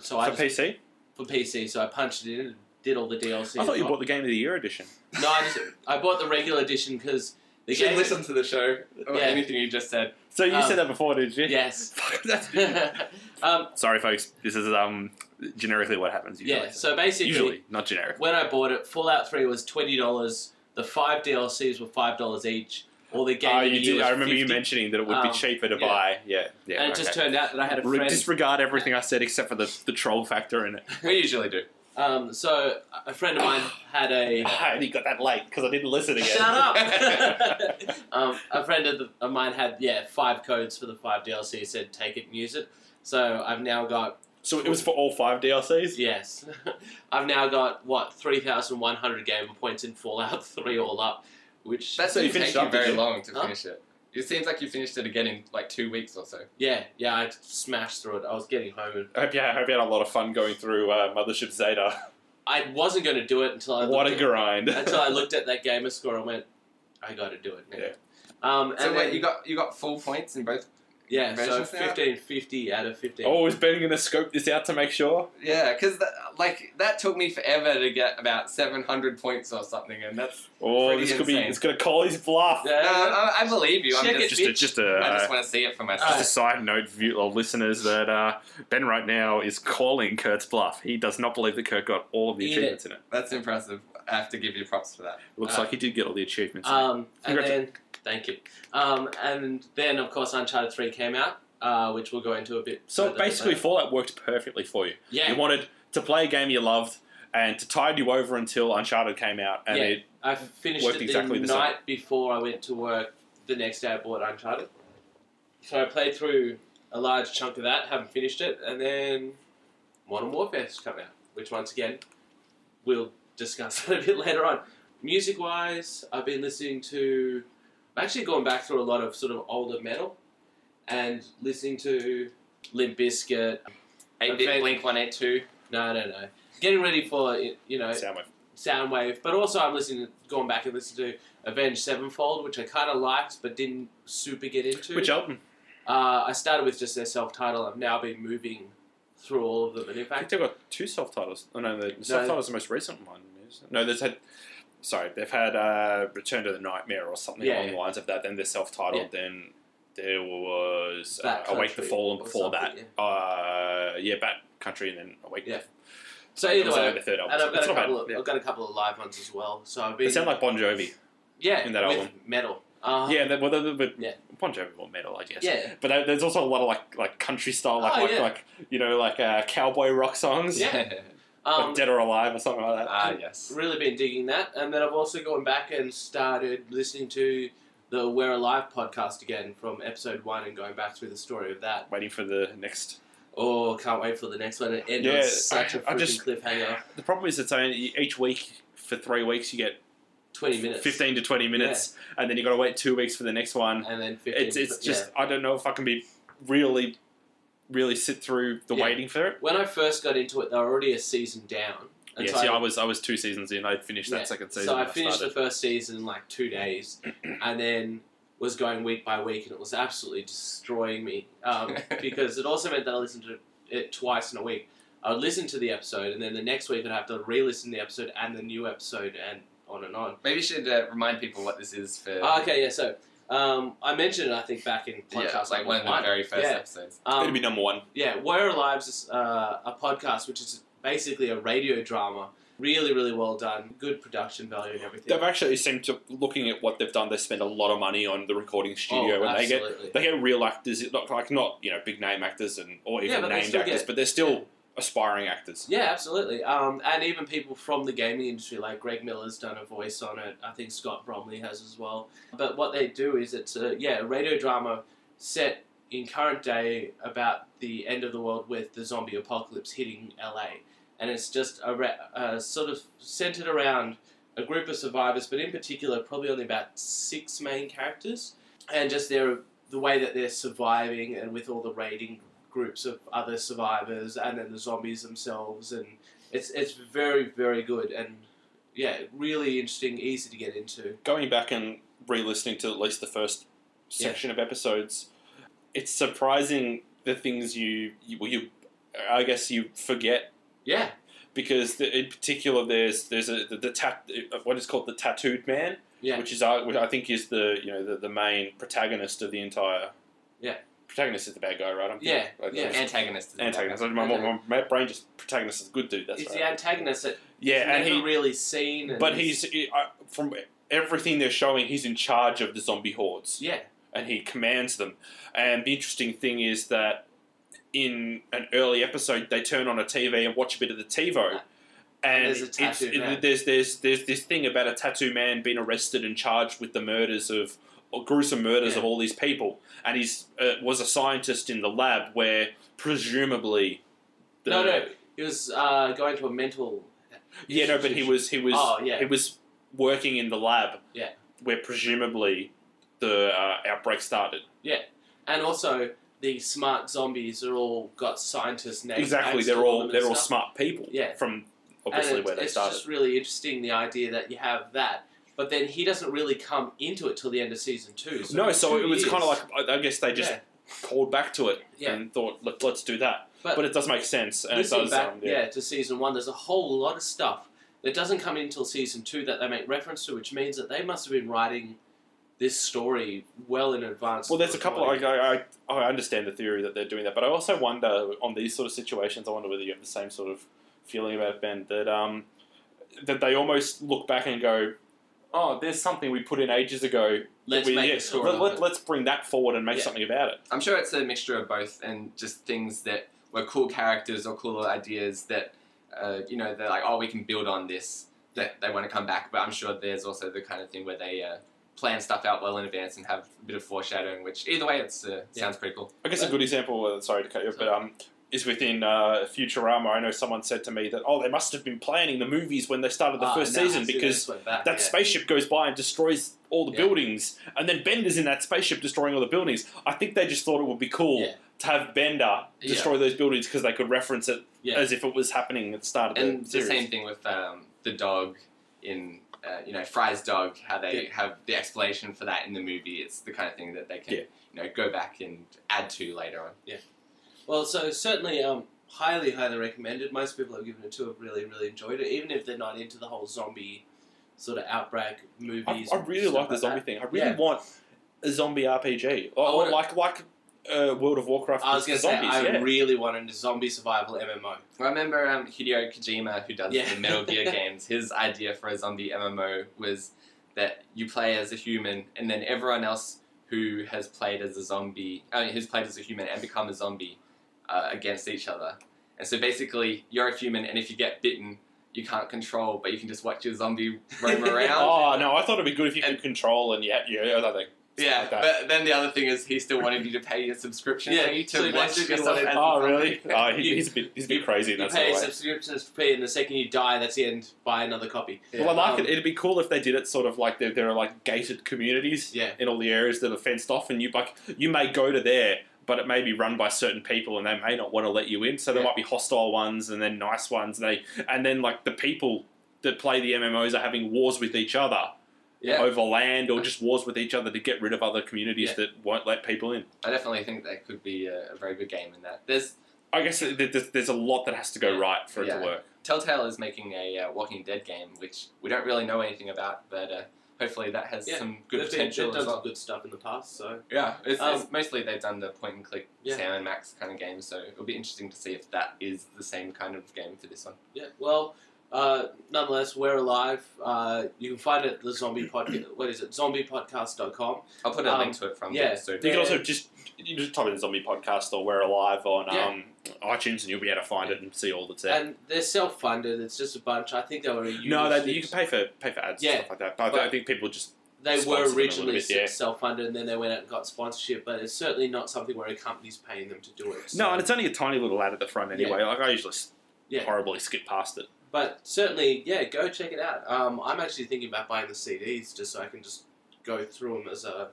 S2: So I
S1: for
S2: just,
S1: PC.
S2: for PC, so I punched it in and did all the DLC.
S1: I thought you
S2: as well.
S1: bought the Game of the Year edition.
S2: No, I just I bought the regular edition because the
S3: You should
S2: game.
S3: listen to the show or
S2: Yeah.
S3: anything you just said.
S1: So you
S2: Um,
S1: said that before, did you?
S2: Yes.
S1: Fuck, that's-
S2: um,
S1: Sorry, folks. This is um generically what happens. Usually.
S2: yeah. So basically,
S1: usually not generic.
S2: when I bought it, Fallout Three was twenty dollars. The five DLCs were five dollars each. All the game.
S1: Ah,
S2: of the
S1: you
S2: Year
S1: did.
S2: was
S1: I remember you
S2: 50,
S1: mentioning that it would
S2: Um,
S1: be cheaper to
S2: yeah.
S1: buy. Yeah, yeah.
S2: and it just turned out that I had a
S1: Re-
S2: friend.
S1: disregard everything I said except for the, the troll factor in it.
S3: We usually do.
S2: Um, so a friend of mine had a.
S1: I only got that late because I didn't listen again.
S2: Shut up! um, a friend of, the, of mine had yeah five codes for the five DLC. Said take it and use it. So I've now got
S1: so it was for all five DLCs.
S2: Yes. I've now got, what, 3,100 game points in Fallout 3 all up, which.
S3: That
S1: So you
S3: didn't
S1: finished
S3: take
S1: up,
S3: you
S1: did
S3: very
S1: you?
S3: long to
S2: Huh?
S3: finish it. It seems like you finished it again in like two weeks or so.
S2: yeah, yeah, I smashed through it. I was getting home and.
S1: I hope you, I hope you had a lot of fun going through uh, Mothership Zeta.
S2: I wasn't going to do it until I,
S1: what a
S2: looked
S1: grind!
S2: at, until I looked at that gamer score and went, I got to do it now.
S1: Yeah.
S2: Um, and
S3: So
S2: then,
S3: wait, you got you got full points in both.
S2: Yeah, so
S3: versions now?
S2: 1550 out of 15.
S1: oh, is Ben going to scope this out to make sure?
S3: Yeah, because like that took me forever to get about seven hundred points or something, and that's
S1: Oh,
S3: Pretty
S1: this could be.
S3: insane.
S1: It's going to call his bluff.
S2: Yeah.
S3: No, I, I believe you.
S2: Check
S3: I'm
S2: it,
S3: Uh, just,
S1: Just a, uh, just a
S3: I just want to see it for
S1: Just
S3: myself.
S1: a
S2: Uh,
S1: side note, view, or listeners, that uh, Ben right now is calling Kurt's bluff. He does not believe that Kurt got all of the
S2: Eat it.
S1: achievements in it.
S3: That's impressive. I have to give you props for that.
S1: Looks
S2: Uh,
S1: like he did get all the achievements. in it.
S2: Um, and
S1: Congrats.
S2: then, thank you. Um, and then, of course, Uncharted 3 came out, uh, which we'll go into a bit.
S1: so
S2: further
S1: basically,
S2: later.
S1: Fallout worked perfectly for you.
S2: yeah,
S1: You wanted to play a game you loved and to tide you over until Uncharted came out, and
S2: Yeah.
S1: it
S2: I finished
S1: Worked
S2: it
S1: exactly
S2: the,
S1: the
S2: night before I went to work. The next day, I bought Uncharted. So I played through a large chunk of that, haven't finished it, and then Modern Warfare's come out, which once again we'll discuss that a bit later on. Music wise, I've been listening to. I've actually gone back through a lot of sort of older metal and listening to Limp Bizkit.
S3: Eight bit
S2: Okay.
S3: blink one eight two.
S2: No, no, no. Getting ready for, you know,
S1: Soundwave.
S2: Soundwave, but also I'm listening, going back and listening to Avenged Sevenfold, which I kind of liked but didn't super get into.
S1: Which album?
S2: uh, I started with just their self-title. I've now been moving through all of them, and
S1: I
S2: in
S1: think
S2: fact,
S1: they've got two self titles. Oh, no, the self title's the most recent one. isn't it? No, they've had. Sorry, they've had uh, Return to the Nightmare or something
S2: Yeah,
S1: along
S2: yeah.
S1: the lines of that. Then they're self titled. Then there was uh,
S2: Bat
S1: Awake the
S2: Country
S1: Fallen
S2: or
S1: before that.
S2: something,
S1: Uh, yeah, Bat Country and then Awake.
S2: Yeah.
S1: The,
S2: so
S1: that
S2: either
S1: was, uh,
S2: way,
S1: the third album.
S2: and I've got
S1: It's
S2: a
S1: not bad.
S2: couple. Of,
S1: Yeah.
S2: I've got a couple of live ones as well. So I've been
S1: They sound like Bon Jovi.
S2: yeah
S1: in that
S2: with
S1: album.
S2: metal. Uh,
S1: yeah, they- well, they're, they're,
S2: Yeah.
S1: Bon Jovi more metal, I guess.
S2: yeah,
S1: But there- there's also a lot of like like country style, like
S2: Oh,
S1: like,
S2: yeah.
S1: like you know like uh, cowboy rock songs.
S2: Yeah.
S1: Like
S2: Um, uh,
S1: Dead or Alive or something like that.
S3: Ah, yes.
S2: really been digging that, and then I've also gone back and started listening to the We're Alive podcast again from episode one and going back through the story of that.
S1: Waiting for the next.
S2: Oh, can't wait for the next one. It ended
S1: Yeah,
S2: on such a
S1: I- I
S2: freaking
S1: just-
S2: cliffhanger.
S1: The problem is it's only each week for three weeks you get
S2: Twenty minutes,
S1: fifteen to twenty minutes, and then you got to wait two weeks for the next one.
S2: and then fifteen.
S1: It's it's
S2: yeah.
S1: just I don't know if I can be really, really sit through the
S2: Yeah.
S1: waiting for it.
S2: when I first got into it, they were already a season down. And
S1: Yeah,
S2: so
S1: see, I was I was two seasons in. I finished
S2: Yeah.
S1: that second season.
S2: So I
S1: when
S2: finished the
S1: started.
S2: first season in like two days, and then was going week by week, and it was absolutely destroying me um, because it also meant that I listened to it twice in a week. I would listen to the episode, and then the next week I'd have to re-listen to the episode and the new episode, and on and on.
S3: Maybe you should uh, remind people what this is for.
S2: Ah, okay, yeah. So um, I mentioned it, I think, back in
S3: yeah,
S2: podcast
S3: it's like one of the very first
S2: Yeah.
S3: episodes.
S2: Um,
S1: It'd be number one.
S2: yeah, Where Alive's is uh, a podcast which is basically a radio drama. Really, really well done. Good production value and everything.
S1: They've actually seemed to looking at what they've done. They spend a lot of money on the recording studio,
S2: oh,
S1: and they get
S2: absolutely.
S1: they get real actors, not like not you know big name actors and or
S2: Yeah,
S1: even
S2: but they
S1: named
S2: still
S1: actors,
S2: get-
S1: but they're still
S2: yeah.
S1: aspiring actors.
S2: Yeah, absolutely. Um, and even people from the gaming industry, like Greg Miller's done a voice on it. I think Scott Bromley has as well. But what they do is it's a yeah a radio drama set in current day about the end of the world with the zombie apocalypse hitting LA, and it's just a, ra- uh, sort of centered around a group of survivors, but in particular probably only about six main characters, and just their the way that they're surviving and with all the raiding groups of other survivors and then the zombies themselves and it's it's very very good and yeah really interesting easy to get into
S1: Going back and re-listening to at least the first
S2: Yeah.
S1: section of episodes, it's surprising the things you you, well, you I guess you forget
S2: yeah
S1: because the, in particular there's there's a the, the tat what is called the tattooed man,
S2: yeah
S1: which is uh, which I think is the you know the, the main protagonist of the entire
S2: Yeah.
S1: protagonist is the bad guy right I'm
S2: Yeah,
S1: like,
S2: yeah.
S3: Antagonist. Is
S1: antagonist my, my, my brain just protagonist is good dude that's
S2: it's
S1: right
S2: the antagonist that
S1: yeah and
S2: you've never
S1: he
S2: really seen and
S1: But
S2: is-
S1: he's he- I- from everything they're showing, he's in charge of the zombie hordes,
S2: yeah
S1: and he commands them. And the interesting thing is that in an early episode, they turn on a TV and watch a bit of the TiVo. And,
S2: there's a
S1: it's-
S2: tattoo
S1: it-
S2: man.
S1: there's there's there's this thing about a tattoo man being arrested and charged with the murders of or gruesome murders
S2: Yeah.
S1: of all these people, and he's uh, was a scientist in the lab where presumably the,
S2: no no he was uh, going to a mental
S1: yeah, no, but he was he was
S2: Oh, yeah.
S1: he was working in the lab.
S2: Yeah.
S1: Where presumably the uh, outbreak started.
S2: and also the smart zombies are all got scientists names
S1: exactly,
S2: names
S1: they're
S2: to
S1: all
S2: them and
S1: they're all
S2: stuff.
S1: smart people.
S2: Yeah.
S1: From
S2: And
S1: obviously
S2: it's-
S1: where they
S2: it's
S1: started.
S2: just really interesting the idea that you have that, but then he doesn't really come into it till the end of season two. So
S1: no,
S2: for
S1: so
S2: two
S1: it was
S2: years-
S1: kind of like I I guess they just
S2: Yeah.
S1: called back to it
S2: Yeah.
S1: and thought, Let, let's do that.
S2: But
S1: But, it does make sense, and it
S2: listening
S1: does.
S2: back,
S1: um,
S2: yeah. to season one, there's a whole lot of stuff that doesn't come in until season two that they make reference to, which means that they must have been writing this story well in advance.
S1: Well,
S2: of
S1: there's a
S2: the
S1: couple.
S2: recording.
S1: I, I, I I understand the theory that they're doing that, but I also wonder on these sort of situations. I wonder whether you have the same sort of feeling about it, Ben that um that they almost look back and go, "Oh, there's something we put in ages ago.
S2: Let's
S1: we,
S2: make
S1: yeah,
S2: a story.
S1: Let,
S2: of it.
S1: let, us bring that forward and make
S2: Yeah.
S1: something about it."
S3: I'm sure it's a mixture of both and just things that were cool characters or cool ideas that, uh, you know, they're like, oh, we can build on this, that they want to come back. But I'm sure there's also the kind of thing where they uh, plan stuff out well in advance and have a bit of foreshadowing, which either way, it's uh,
S2: Yeah.
S3: sounds pretty cool.
S1: I guess a
S2: But-
S1: good example. uh, Sorry to cut you, off, but
S2: Sorry.
S1: um. Is within uh, Futurama. I know someone said to me that, oh, they must have been planning the movies when they started the
S2: Ah,
S1: first
S2: no,
S1: season
S2: see,
S1: because
S2: that's went back,
S1: that
S2: yeah.
S1: spaceship goes by and destroys all the
S2: Yeah.
S1: buildings, and then Bender's in that spaceship destroying all the buildings. I think they just thought it would be cool
S2: Yeah.
S1: to have Bender destroy those buildings because they could reference it
S2: Yeah.
S1: as if it was happening at the start of
S3: And
S1: the
S3: the
S1: series.
S3: same thing with um, the dog in, uh, you know, Fry's dog, how they
S2: Yeah.
S3: have the explanation for that in the movie. It's the kind of thing that they can,
S1: Yeah.
S3: you know, go back and add to later on.
S2: Well, so certainly, um, highly, highly recommended. Most people I've given it to have really, really enjoyed it, even if they're not into the whole zombie sort of outbreak
S1: I,
S2: movies.
S1: I
S2: and
S1: really
S2: stuff
S1: like the zombie
S2: that.
S1: thing. I really
S2: Yeah.
S1: want a zombie RPG,
S2: I
S1: or, or
S2: wanna-
S1: like like uh, World of Warcraft.
S2: I was
S1: with
S2: gonna say,
S1: zombies.
S2: I
S1: yeah.
S2: really wanted a zombie survival MMO.
S3: I remember um, Hideo Kojima, who does
S2: Yeah.
S3: the Metal Gear games, his idea for a zombie MMO was that you play as a human, and then everyone else who has played as a zombie, uh, who's played as a human and become a zombie, uh, against each other. And so basically, you're a human, and if you get bitten, you can't control, but you can just watch your zombie roam around.
S1: Oh no, I thought it'd be good if you
S3: And-
S1: could control and yeah, yeah, yeah, like,
S3: yeah,
S1: like that.
S3: but then the other thing is he still wanted you to pay your subscription
S2: Yeah,
S3: fee to
S2: so
S3: watch
S2: basically
S3: yourself
S2: wanted-
S3: as a
S1: Oh
S3: zombie.
S1: really? Oh, he,
S2: You-
S1: he's a bit, he's a
S2: you-
S1: bit crazy in
S2: You
S1: that sort
S2: pay a
S1: of way.
S2: subscription fee, and the second you die, that's the end. Buy another copy.
S1: Well, I like
S2: Um,
S1: it. It'd be cool if they did it sort of like there, there are like gated communities
S2: Yeah.
S1: in all the areas that are fenced off, and you like you may go to there, but it may be run by certain people, and they may not want to let you in. So there
S3: Yeah.
S1: might be hostile ones, and then nice ones. And they and then like the people that play the MMOs are having wars with each other
S3: Yeah.
S1: over land, or just wars with each other to get rid of other communities
S3: Yeah.
S1: that won't let people in.
S3: I definitely think that could be a, a very good game in that. There's
S1: I guess th- th- there's a lot that has to go
S3: Yeah.
S1: right for it
S3: Yeah.
S1: to work.
S3: Telltale is making a uh, Walking Dead game, which we don't really know anything about, but uh, hopefully that has
S2: Yeah,
S3: some good
S2: they've, been-
S3: potential
S2: they've done
S3: as well.
S2: some good stuff in the past, so
S3: Yeah, it's, it's
S2: Um,
S3: mostly they've done the point and click
S2: Yeah.
S3: Sam and Max kind of game, so it'll be interesting to see if that is the same kind of game for this one.
S2: yeah. Well, uh, nonetheless, we're alive. Uh, you can find it at the zombie podcast. What is it? Zombiepodcast.com.
S3: I'll put a
S2: Um,
S3: link to it from
S2: yeah.
S3: the episode.
S1: You
S2: Yeah.
S1: can also just you just type in zombie podcast or we're alive on
S2: Yeah.
S1: um, iTunes, and you'll be able to find it and see all that's there.
S2: And they're self-funded. It's just a bunch. I think they were. a
S1: No,
S2: used-
S1: they, you can pay for pay for ads
S2: Yeah,
S1: and stuff like that. But, I thi-
S2: but-
S1: I think people just
S2: They
S1: sponsor them a
S2: were
S1: little
S2: originally
S1: bit, yeah.
S2: self-funded, and then they went out and got sponsorship. But it's certainly not something where a company's paying them to do it.
S1: no,
S2: so-
S1: and it's only a tiny little ad at the front anyway. Like I usually s-
S2: Yeah.
S1: horribly skip past it.
S2: But certainly, yeah, go check it out. Um, I'm actually thinking about buying the CDs just so I can just go through them as a,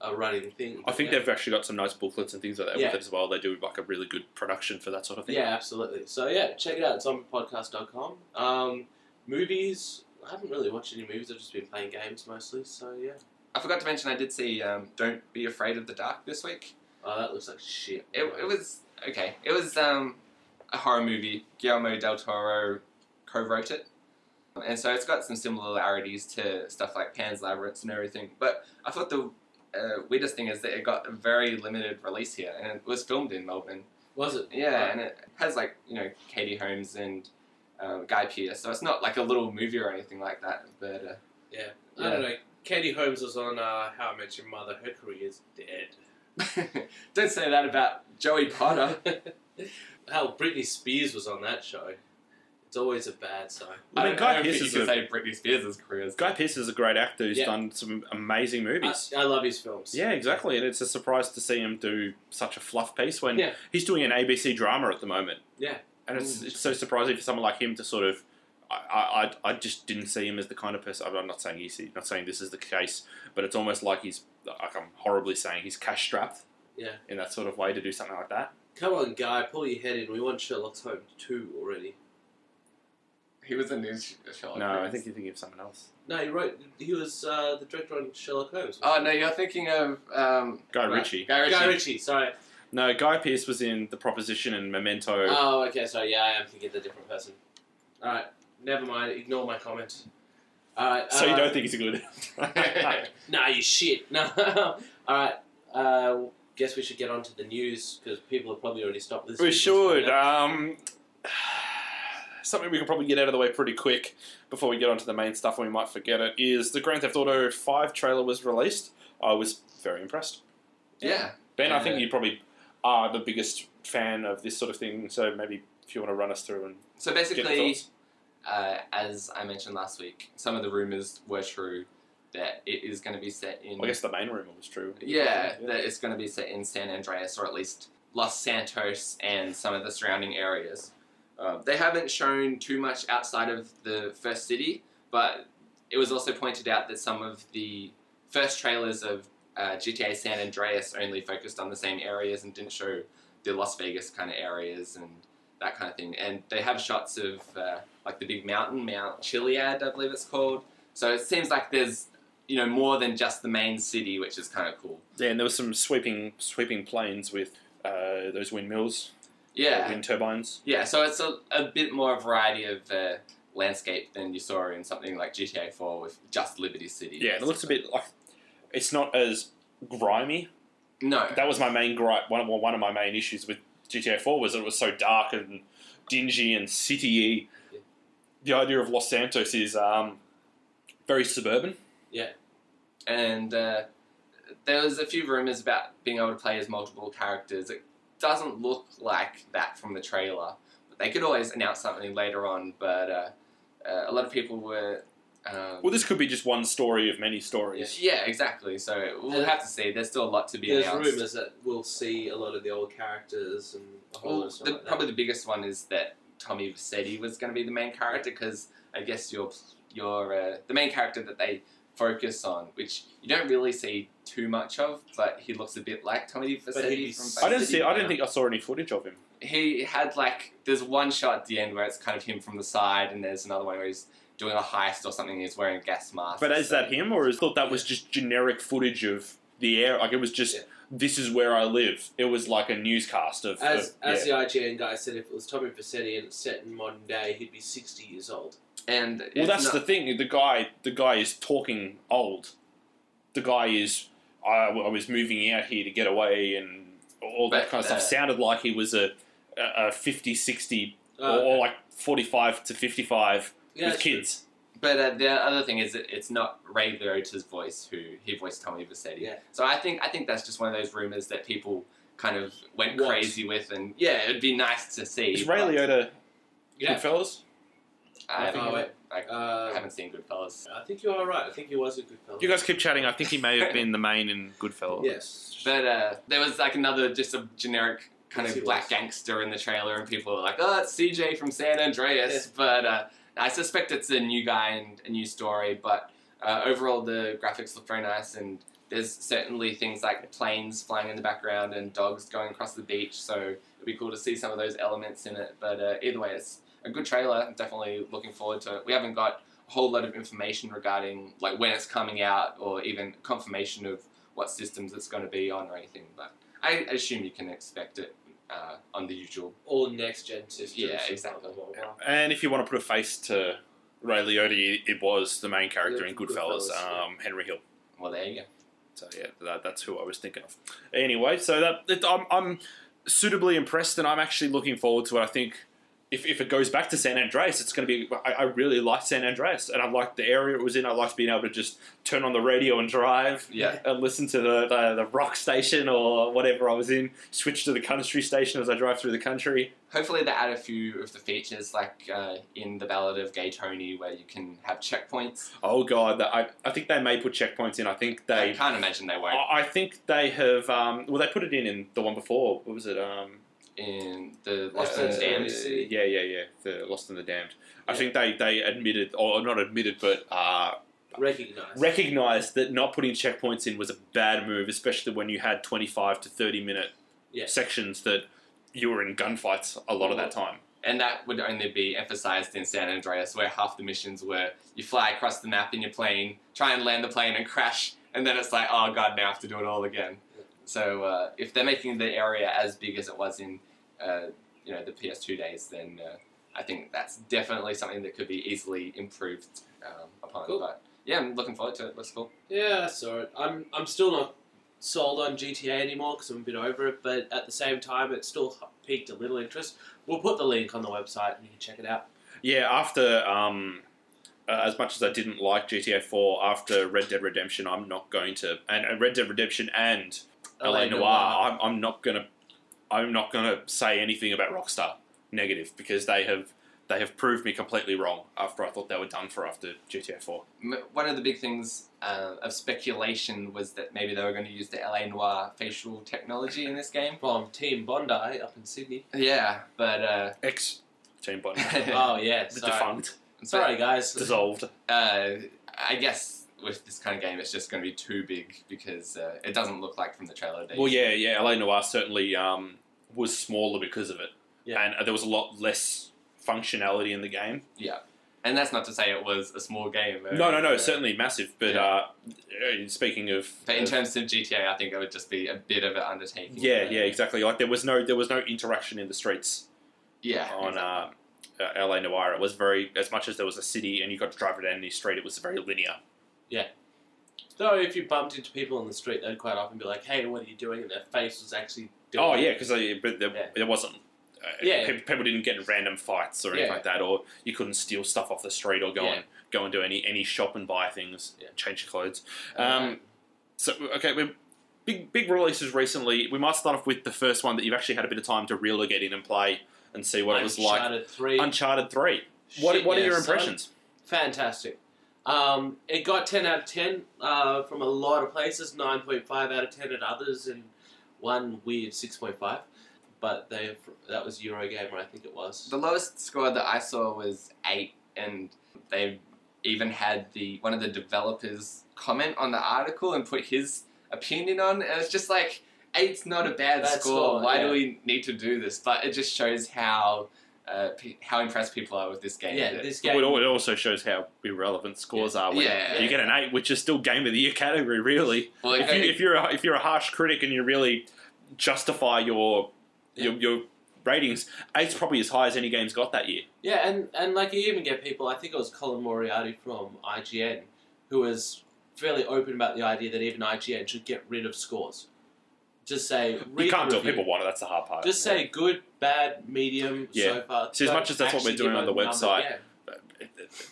S2: a running thing.
S1: I think
S2: yeah.
S1: they've actually got some nice booklets and things like that
S2: Yeah.
S1: with it as well. They do like a really good production for that sort of thing.
S2: Yeah, absolutely. So yeah, check it out. It's on podcast.com. Um, movies. I haven't really watched any movies. I've just been playing games mostly. So yeah.
S3: I forgot to mention I did see um, Don't Be Afraid of the Dark this week.
S2: Oh, that looks like shit.
S3: It, it was okay. It was um, a horror movie. Guillermo del Toro co-wrote it, and so it's got some similarities to stuff like Pan's Labyrinth and everything. But I thought the uh, weirdest thing is that it got a very limited release here, and it was filmed in Melbourne.
S2: Was it?
S3: Yeah, and it has like you know Katie Holmes and um, Guy Pearce, so it's not like a little movie or anything like that. But uh,
S2: I don't know. Katie Holmes was on uh, How I Met Your Mother. Her career's dead.
S3: don't say that about Joey Potter.
S2: Hell, Britney Spears was on that show. It's always a bad sign.
S1: I mean,
S3: don't-
S1: Guy
S3: don't
S1: Pearce
S3: think
S1: is
S3: you
S1: a-
S3: can say Britney Spears' career. is
S1: Guy Pearce is a great actor who's
S2: Yeah.
S1: done some amazing movies.
S2: I, I love his films.
S1: yeah, exactly, and it's a surprise to see him do such a fluff piece when
S2: Yeah.
S1: he's doing an ABC drama at the moment.
S2: Yeah. Mm.
S1: and it's, it's so surprising for someone like him to sort of. I, I, I just didn't see him as the kind of person. I'm not saying he's not saying this is the case, but it's almost like he's like I'm horribly saying he's cash strapped.
S2: Yeah.
S1: In that sort of way to do something like that.
S2: Come on, guy, pull your head in. We want Sherlock Holmes 2 already.
S3: He was in news Sherlock
S1: no, I
S3: Holmes.
S1: think you're thinking of someone else.
S2: No, he wrote. He was uh, the director on Sherlock Holmes.
S3: Oh no, you're thinking of um,
S1: Guy
S3: right,
S1: Ritchie.
S3: Guy Ritchie.
S2: Oh, Guy Ritchie. Sorry.
S1: No, Guy Pearce was in The Proposition and Memento.
S2: Oh, okay. Sorry. Yeah, I am thinking of a different person. All right. Never mind. Ignore my comment. All right.
S1: so
S2: uh,
S1: you don't think he's good?
S2: Nah, you shit. No. All right. Uh, guess we should get on to the news because people have probably already stopped listening.
S1: we
S2: to this
S1: should.
S2: right now.
S1: Um, something we can probably get out of the way pretty quick before we get onto the main stuff and we might forget it is the Grand Theft Auto 5 trailer was released. I was very impressed.
S3: yeah,
S1: Ben, I
S3: Yeah.
S1: think you probably are the biggest fan of this sort of thing, so maybe if you want to run us through and
S3: so
S1: get your
S3: basically,
S1: thoughts.
S3: uh, as I mentioned last week, some of the rumors were true that it is going to be set in.
S1: Well, I guess the main rumor was true.
S3: yeah, that it's going to be set in San Andreas or at least Los Santos and some of the surrounding areas. Uh, they haven't shown too much outside of the first city, but it was also pointed out that some of the first trailers of uh, GTA San Andreas only focused on the same areas and didn't show the Las Vegas kind of areas and that kind of thing. And they have shots of uh, like the big mountain, Mount Chiliad, I believe it's called. So it seems like there's you know more than just the main city, which is kind of cool.
S1: Yeah, and there was some sweeping sweeping planes with uh, those windmills, uh,
S3: Yeah,
S1: wind turbines.
S3: yeah. So it's a, a bit more variety of uh, landscape than you saw in something like GTA Four with just Liberty City.
S1: Yeah, it looks a bit like it's not as grimy.
S3: no.
S1: That was my main gripe. One of, one of my main issues with GTA Four was that it was so dark and dingy and city-y. The idea of Los Santos is um, very suburban.
S3: and uh, there was a few rumors about being able to play as multiple characters. It doesn't look like that from the trailer, They could always announce something later on, but uh, uh, a lot of people were. Um,
S1: Well, this could be just one story of many stories.
S3: yeah, exactly. So we'll have to see. There's still a lot to be
S2: There's
S3: announced.
S2: rumors that we'll see a lot of the old characters and a whole
S3: Well,
S2: lot of stuff
S3: the,
S2: like that.
S3: probably the biggest one is that Tommy Vassetti was going to be the main character because I guess you're, you're uh, the main character that they focus on, which you don't really see too much of, but he looks a bit like Tommy
S2: But
S3: Vassetti
S2: he's-
S3: from
S1: I didn't
S3: Vice
S1: see.
S3: City
S1: I didn't
S3: Burnout.
S1: think I saw any footage of him.
S3: He had like there's one shot at the end where it's kind of him from the side, and there's another one where he's doing a heist or something. And he's wearing a gas mask.
S1: But is
S3: So-
S1: that him, or is thought that was just generic footage of the air? Like it was just
S2: Yeah.
S1: this is where I live. It was like a newscast of.
S2: As,
S1: of-
S2: as
S1: yeah.
S2: the IGN guy said, if it was Tommy Vassetti and it's set in modern day, he'd be 60 years old.
S3: And
S1: Well,
S3: it's
S1: that's
S3: not-
S1: the thing. The guy, the guy is talking old. The guy is. I, I was moving out here to get away, and all that
S3: But,
S1: kind of
S3: uh,
S1: stuff. Sounded like he was a a, a 50, 60,
S2: Uh,
S1: or, or like forty five to fifty five
S2: yeah,
S1: with
S2: that's true.
S1: kids.
S3: But uh, the other thing is, that it's not Ray Liotta's voice who he voiced Tommy Vassetti.
S2: Yeah.
S3: So I think I think that's just one of those rumors that people kind of went
S2: Want.
S3: crazy with, and yeah, it'd be nice to see.
S1: Is Ray
S3: but
S1: Liotta
S2: Yeah.
S1: Goodfellas?
S3: I haven't,
S2: Oh, wait.
S3: I
S2: Uh,
S3: haven't seen Goodfellas.
S2: I think you are right. I think he was a good fellow.
S1: You guys keep chatting. I think he may have been the main in Goodfellas.
S2: Yes.
S3: But uh, there was like another just a generic kind
S2: Yes,
S3: of
S2: he
S3: black
S2: was.
S3: gangster in the trailer, and people were like, "Oh, it's CJ from San Andreas." But uh, I suspect it's a new guy and a new story. But uh, overall, the graphics look very nice, and there's certainly things like planes flying in the background and dogs going across the beach. So it'd be cool to see some of those elements in it. But uh, either way, it's a good trailer. Definitely looking forward to it. We haven't got a whole lot of information regarding like when it's coming out or even confirmation of what systems it's going to be on or anything. But I assume you can expect it uh, on the usual.
S2: All next gen systems.
S3: Yeah,
S2: and
S3: exactly.
S2: blah, blah, blah.
S1: And if you want to put a face to Ray Liotta, it was the main character
S2: Yeah,
S1: in Goodfellas,
S2: Goodfellas, yeah.
S1: um, Henry Hill.
S3: Well, there you go.
S1: So yeah, that, that's who I was thinking of. Anyway, so that it, I'm, I'm suitably impressed, and I'm actually looking forward to it. I think if, if it goes back to San Andreas, it's going to be. I, I really like San Andreas, and I liked the area it was in. I liked being able to just turn on the radio and drive.
S3: Yeah.
S1: And listen to the, the the rock station or whatever I was in. Switch to the country station as I drive through the country.
S3: Hopefully they add a few of the features like uh, in the Ballad of Gay Tony, where you can have checkpoints.
S1: Oh god, that, I I think they may put checkpoints in. I think
S3: I
S1: they.
S3: can't imagine they won't
S1: I, I think they have. Um, well, they put it in in the one before. What was it? Um,
S3: in the Lost
S2: Uh,
S3: and Damned.
S2: yeah.
S1: Yeah, yeah, yeah. The Lost and the Damned. I
S2: Yeah.
S1: think they, they admitted, or not admitted, but uh,
S2: Recognize.
S1: recognized that not putting checkpoints in was a bad move, especially when you had 25 to 30 minute
S2: Yeah.
S1: sections that you were in gunfights a lot of
S3: Mm-hmm.
S1: that time.
S3: And that would only be emphasized in San Andreas, where half the missions were you fly across the map in your plane, try and land the plane and crash, and then it's like, oh god, now I have to do it all again. So uh, if they're making the area as big as it was in, uh, you know, the PS2 days, then uh, I think that's definitely something that could be easily improved um, upon.
S2: Cool.
S3: But yeah, I'm looking forward to it. Looks cool.
S2: Yeah, I saw it. I'm I'm still not sold on GTA anymore because I'm a bit over it. But at the same time, it still piqued a little interest. We'll put the link on the website and you can check it out.
S1: Yeah, after, um, uh, as much as I didn't like GTA 4, after Red Dead Redemption, I'm not going to, and, and Red Dead Redemption and LA Noir, I'm, I'm not gonna I'm not gonna say anything about Rockstar negative because they have they have proved me completely wrong after I thought they were done for after GTA Four.
S3: M- One of the big things uh, of speculation was that maybe they were going to use the LA Noir facial technology in this game.
S2: from Team Bondi up in Sydney.
S3: Yeah, but uh,
S1: X Team Bond,
S2: oh yeah,
S1: the
S2: sorry.
S1: defunct,
S2: Sorry guys.
S1: dissolved.
S3: uh, I guess with this kind of game, it's just going to be too big because uh, it doesn't look like from the trailer. Days.
S1: Well, yeah, yeah. LA Noir certainly um, was smaller because of it,
S2: Yeah.
S1: and there was a lot less functionality in the game.
S3: and that's not to say it was a small game. uh,
S1: No, no, no.
S3: uh,
S1: Certainly massive, but
S3: Yeah.
S1: uh, uh, speaking of,
S3: But in
S1: of-
S3: terms of GTA, I think it would just be a bit of an undertaking.
S1: yeah,
S3: Uh,
S1: yeah, exactly. Like there was no there was no interaction in the streets.
S3: yeah.
S1: on
S3: exactly.
S1: uh, uh, LA Noir. It was very, as much as there was a city and you got to drive it down any street, it was very linear.
S2: Though if you bumped into people on the street, they'd quite often be like, "Hey, what are you doing?" And their face was actually. Doing
S1: Oh,
S2: it.
S1: yeah, because but there,
S2: Yeah.
S1: there wasn't. Uh,
S2: Yeah.
S1: pe- people didn't get in random fights or anything
S2: Yeah.
S1: like that, or you couldn't steal stuff off the street or go
S2: Yeah.
S1: and go and do any any shop and buy things,
S2: Yeah.
S1: change your clothes. Um,
S2: Alright.
S1: So okay, we big big releases recently. We might start off with the first one that you've actually had a bit of time to really get in and play, and see what it was like.
S2: Uncharted Three.
S1: Uncharted Three. What
S2: Shit,
S1: What are
S2: yeah,
S1: your
S2: son.
S1: impressions?
S2: Fantastic. Um, it got 10 out of 10 uh, from a lot of places, 9.5 out of 10 at others, and one weird 6.5. But they that was Eurogamer, I think it was.
S3: The lowest score that I saw was eight, and they even had the one of the developers comment on the article and put his opinion on, and it's just like eight's not a bad
S2: Bad
S3: score.
S2: score,
S3: Why do
S2: yeah.
S3: we need to do this? But it just shows how uh, pe- how impressed people are with this game.
S2: yeah,
S3: That-
S2: this
S1: Well,
S2: game.
S1: It al- it also shows how irrelevant scores are. When
S3: Yeah.
S1: Oh, You get an eight, which is still game of the year category, really.
S3: well,
S1: if, you, if you're a, if you're a harsh critic and you really justify your your, your ratings, eight's probably as high as any game's got that year.
S2: Yeah, and, and like you even get people, I think it was Colin Moriarty from IGN, who was fairly open about the idea that even IGN should get rid of scores. Just say,
S1: You
S2: read
S1: can't
S2: the
S1: tell
S2: review.
S1: people want it. That's the hard part.
S2: Just say good, bad, medium,
S1: Yeah.
S2: so far.
S1: See, as
S2: Don't
S1: much as that's what we're
S2: actually
S1: doing
S2: give
S1: on
S2: a
S1: the
S2: number,
S1: website,
S2: yeah.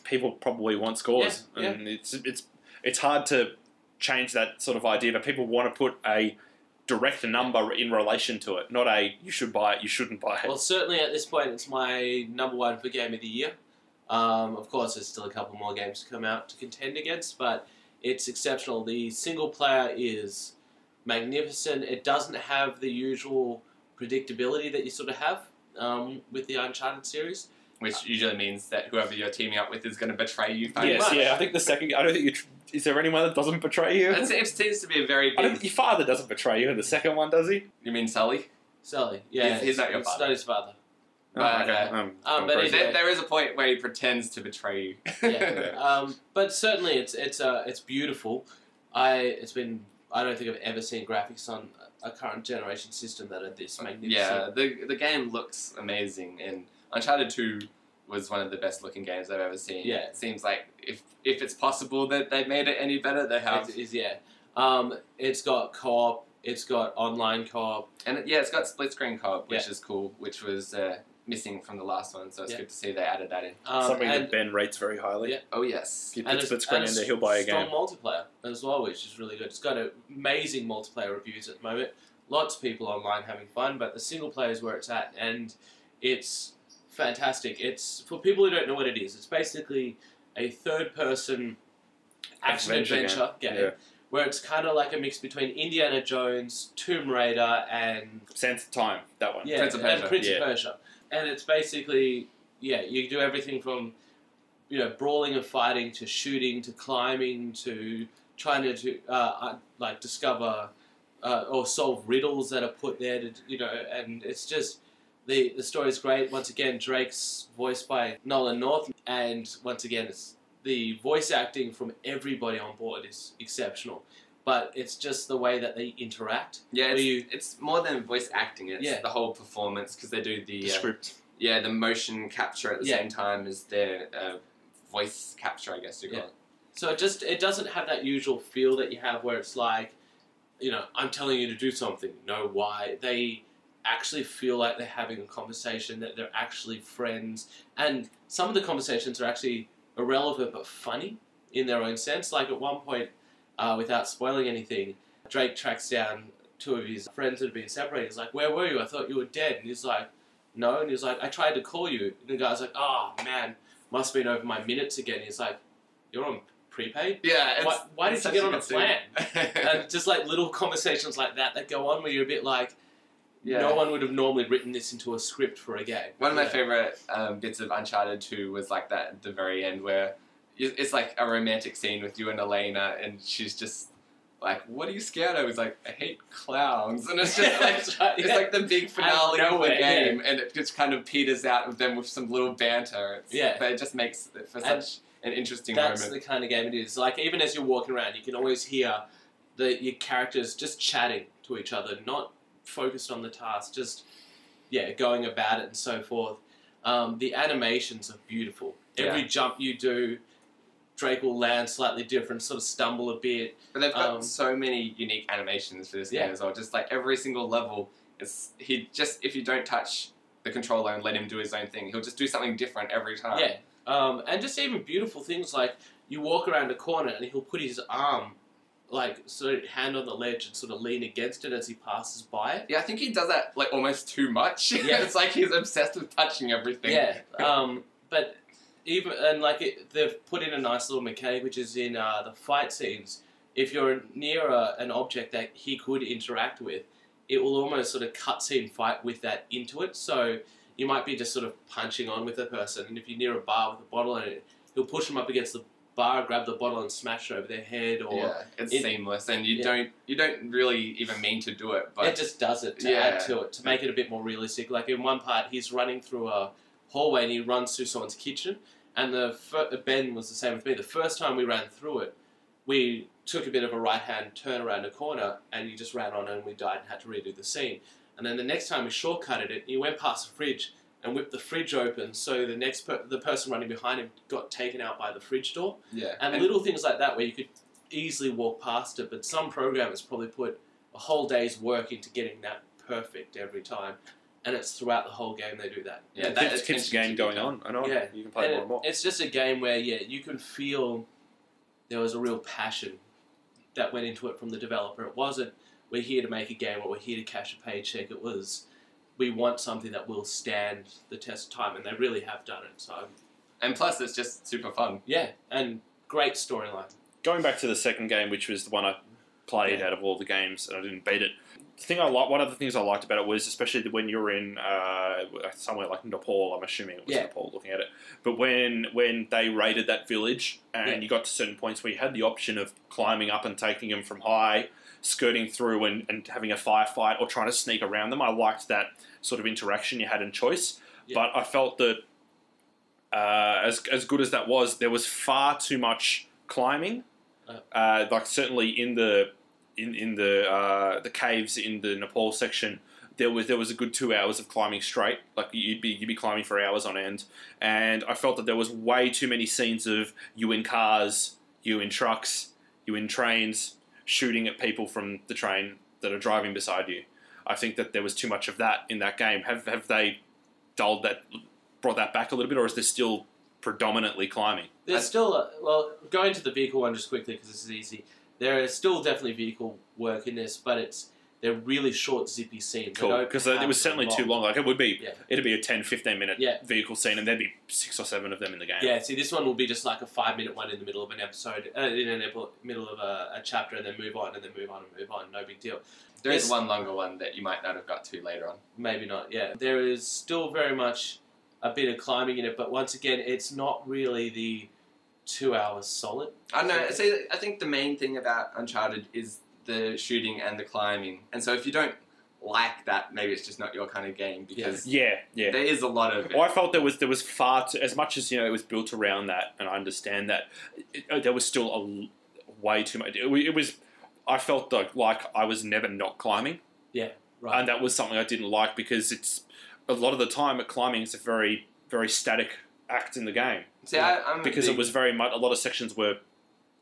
S1: people probably want scores,
S2: Yeah, yeah.
S1: and it's it's it's hard to change that sort of idea. But people want to put a direct number in relation to it, not a you should buy it, you shouldn't buy it.
S2: Well, certainly at this point, it's my number one for game of the year. Um, of course, there's still a couple more games to come out to contend against, but it's exceptional. The single player is magnificent. It doesn't have the usual predictability that you sort of have um, with the Uncharted series.
S3: which usually means that whoever you're teaming up with is going to betray you. very
S1: yes,
S3: much.
S1: yeah. I think the second. I don't think you. Tr- is there anyone that doesn't betray you?
S3: That's, it seems to be a very
S1: I don't,
S3: big.
S1: your father doesn't betray you in the second one, does he?
S3: You mean Sully?
S2: Sally, yeah,
S3: He's- he's not your
S2: it's
S3: father.
S2: not his father.
S3: But, uh,
S1: Um,
S2: um, but
S1: crazy.
S2: Is
S3: There,
S2: it-
S3: there is a point where he pretends to betray you.
S2: Yeah. Um, but certainly, it's it's uh, it's beautiful. I it's been I don't think I've ever seen graphics on a current generation system that are this magnificent.
S3: yeah, the the game looks amazing, and Uncharted Two was one of the best looking games I've ever seen.
S2: Yeah.
S3: it seems like if if it's possible that they made it any better, they have.
S2: It's- it's- yeah. Um, it's got co-op. It's got online co-op.
S3: And it- yeah, it's got split screen co-op, which
S2: Yeah.
S3: is cool, which was uh, missing from the last one, so it's
S2: Yeah.
S3: good to see they added that in.
S2: Um,
S1: something
S2: and,
S1: that Ben rates very highly.
S2: Yeah.
S3: Oh yes,
S1: He
S2: and
S1: puts
S2: it's-
S1: split screen
S2: and
S1: in
S2: it's
S1: there, he'll buy a
S2: strong
S1: game.
S2: multiplayer as well, which is really good. It's got amazing multiplayer reviews at the moment. Lots of people online having fun, but the single player is where it's at, and it's fantastic. It's for people who don't know what it is. It's basically a third-person action
S1: Adventure
S2: adventure,
S1: game.
S2: game,
S1: Yeah.
S2: where it's kind of like a mix between Indiana Jones, Tomb Raider, and
S1: Sense of time, that one.
S2: Yeah,
S3: Prince of
S2: and
S3: Persia.
S2: Prince
S1: Yeah.
S2: of Persia. And it's basically, yeah, you do everything from, you know, brawling and fighting to shooting to climbing to trying to, do, uh, uh, like, discover uh, or solve riddles that are put there to, you know, and it's just. The, the story's great. Once again, Drake's voiced by Nolan North, and once again, it's the voice acting from everybody on board is exceptional. But it's just the way that they interact.
S3: yeah,
S2: Were
S3: it's,
S2: you-
S3: it's more than voice acting; it's
S2: Yeah.
S3: the whole performance because they do the,
S1: The
S3: uh,
S1: script.
S3: yeah the motion capture at the
S2: Yeah.
S3: same time as their uh, voice capture, I guess you call
S2: Yeah. So it just it doesn't have that usual feel that you have where it's like, you know, I'm telling you to do something. No, why? They actually feel like they're having a conversation that they're actually friends, and some of the conversations are actually irrelevant but funny in their own sense. Like at one point, uh, without spoiling anything, Drake tracks down two of his friends that have been separated. He's like, "Where were you? I thought you were dead." And he's like, "No," and he's like, "I tried to call you." And the guy's like, "Oh man, must have been over my minutes again." He's like, "You're on prepaid."
S3: it. Yeah, it's,
S2: Why, why
S3: it's
S2: did you
S3: such
S2: get on a
S3: good
S2: plan?
S3: scene.
S2: and just like little conversations like that that go on where you're a bit like,
S3: yeah.
S2: no one would have normally written this into a script for a game.
S3: One of my
S2: Yeah.
S3: favorite um, bits of Uncharted 2 was like that at the very end where it- it's like a romantic scene with you and Elena, and she's just like, What are you scared of? He's like, I hate clowns. And it's just like,
S2: That's right,
S3: it's
S2: yeah.
S3: like the big finale
S2: Out of
S3: of the
S2: nowhere, yeah.
S3: game, and it just kind of peters out of them with some little banter. It's,
S2: Yeah.
S3: But it just makes it for
S2: And
S3: such an interesting
S2: That's
S3: moment.
S2: the kind of game it is. Like even as you're walking around, you can always hear the your characters just chatting to each other, not focused on the task, just yeah, going about it and so forth. Um, the animations are beautiful. Every jump you do, Drake will land slightly different, sort of stumble a bit.
S3: But they've got
S2: Um,
S3: so many unique animations for this
S2: Yeah.
S3: game as well. Just like every single level is he just if you don't touch the controller and let him do his own thing, he'll just do something different every time.
S2: Yeah. Um, and just even beautiful things like you walk around a corner and he'll put his arm like sort of hand on the ledge and sort of lean against it as he passes by it.
S3: Yeah, I think he does that like almost too much.
S2: Yeah.
S3: it's like he's obsessed with touching everything.
S2: Yeah.
S3: Uh,
S2: Um, but even and like it, they've put in a nice little mechanic, which is in uh, the fight scenes. If you're near a, an object that he could interact with, it will almost sort of cutscene fight with that into it. So you might be just sort of punching on with a person, and if you're near a bar with a bottle, and he'll push them up against the bar, grab the bottle, and smash it over their head, or
S3: Yeah, it's
S2: it-
S3: seamless, and you
S2: Yeah.
S3: don't you don't really even mean to do it, but
S2: it just does it to
S3: Yeah.
S2: add to it to make it a bit more realistic. Like in one part, he's running through a hallway and he runs through someone's kitchen. And the fir- uh, Ben was the same with me. The first time we ran through it, we took a bit of a right hand turn around a corner, and he just ran on and we died and had to redo the scene. And then the next time we shortcutted it, he went past the fridge and whipped the fridge open, so the next per- the person running behind him got taken out by the fridge door
S3: yeah,
S2: and little things like that where you could easily walk past it. But some programmers probably put a whole day's work into getting that perfect every time, and it's throughout the whole game they do that.
S3: Yeah,
S2: And
S3: that
S1: Keeps- keeps the game
S3: attention to
S1: going
S3: detail.
S1: on. I know.
S2: Yeah.
S1: You can play more
S2: and
S1: and more.
S2: it- it's just a game where yeah, you can feel there was a real passion that went into it from the developer. It wasn't we're here to make a game or we're here to cash a paycheck. It was we want something that will stand the test of time, and they really have done it. So
S3: and plus it's just super fun.
S2: yeah, and great storyline.
S1: going back to the second game, which was the one I played out of all the games, and I didn't beat it. The thing I like, one of the things I liked about it was, especially when you're in uh, somewhere like Nepal. I'm assuming it was
S2: Yeah.
S1: Nepal, looking at it. But when when they raided that village, and
S2: Yeah.
S1: you got to certain points where you had the option of climbing up and taking them from high, skirting through and, and having a firefight, or trying to sneak around them. I liked that sort of interaction you had in choice.
S2: Yeah.
S1: But I felt that uh, as as good as that was, there was far too much climbing.
S2: Oh.
S1: Uh, like certainly in the in in the uh, the caves in the Nepal section, there was there was a good two hours of climbing straight. Like you'd be you'd be climbing for hours on end, and I felt that there was way too many scenes of you in cars, you in trucks, you in trains, shooting at people from the train that are driving beside you. I think that there was too much of that in that game. Have have they dulled that, brought that back a little bit, or is this still predominantly climbing?
S2: There's still a, well going to the vehicle one just quickly because this is easy. There is still definitely vehicle work in this, but it's they're really short, zippy scenes. They
S1: Cool,
S2: don't
S1: because
S2: have
S1: it was certainly
S2: long-
S1: too long. Like it would be,
S2: Yeah.
S1: it'd be a 10, 15 minute
S2: Yeah.
S1: vehicle scene, and there'd be six or seven of them in the game.
S2: Yeah, see, this one will be just like a five-minute one in the middle of an episode, uh, in an epi- middle of a, a chapter, and then move on, and then move on, and move on. No big deal.
S3: There is
S2: Yes.
S3: one longer one that you might not have got to later on.
S2: Maybe not. Yeah, there is still very much a bit of climbing in it, but once again, it's not really the two hours solid.
S3: I don't know. See, I think the main thing about Uncharted is the shooting and the climbing, and so if you don't like that, maybe it's just not your kind of game because
S1: yeah, yeah.
S3: there is a lot of it.
S1: Well, I felt there was there was far too, as much as you know it was built around that, and I understand that it, uh, there was still a l- way too much. It, wa- it was I felt like like I was never not climbing,
S2: Right.
S1: and that was something I didn't like because it's a lot of the time at climbing is a very very static act in the game
S3: See, I, I'm a
S1: because it
S3: big-
S1: was very much a lot of sections were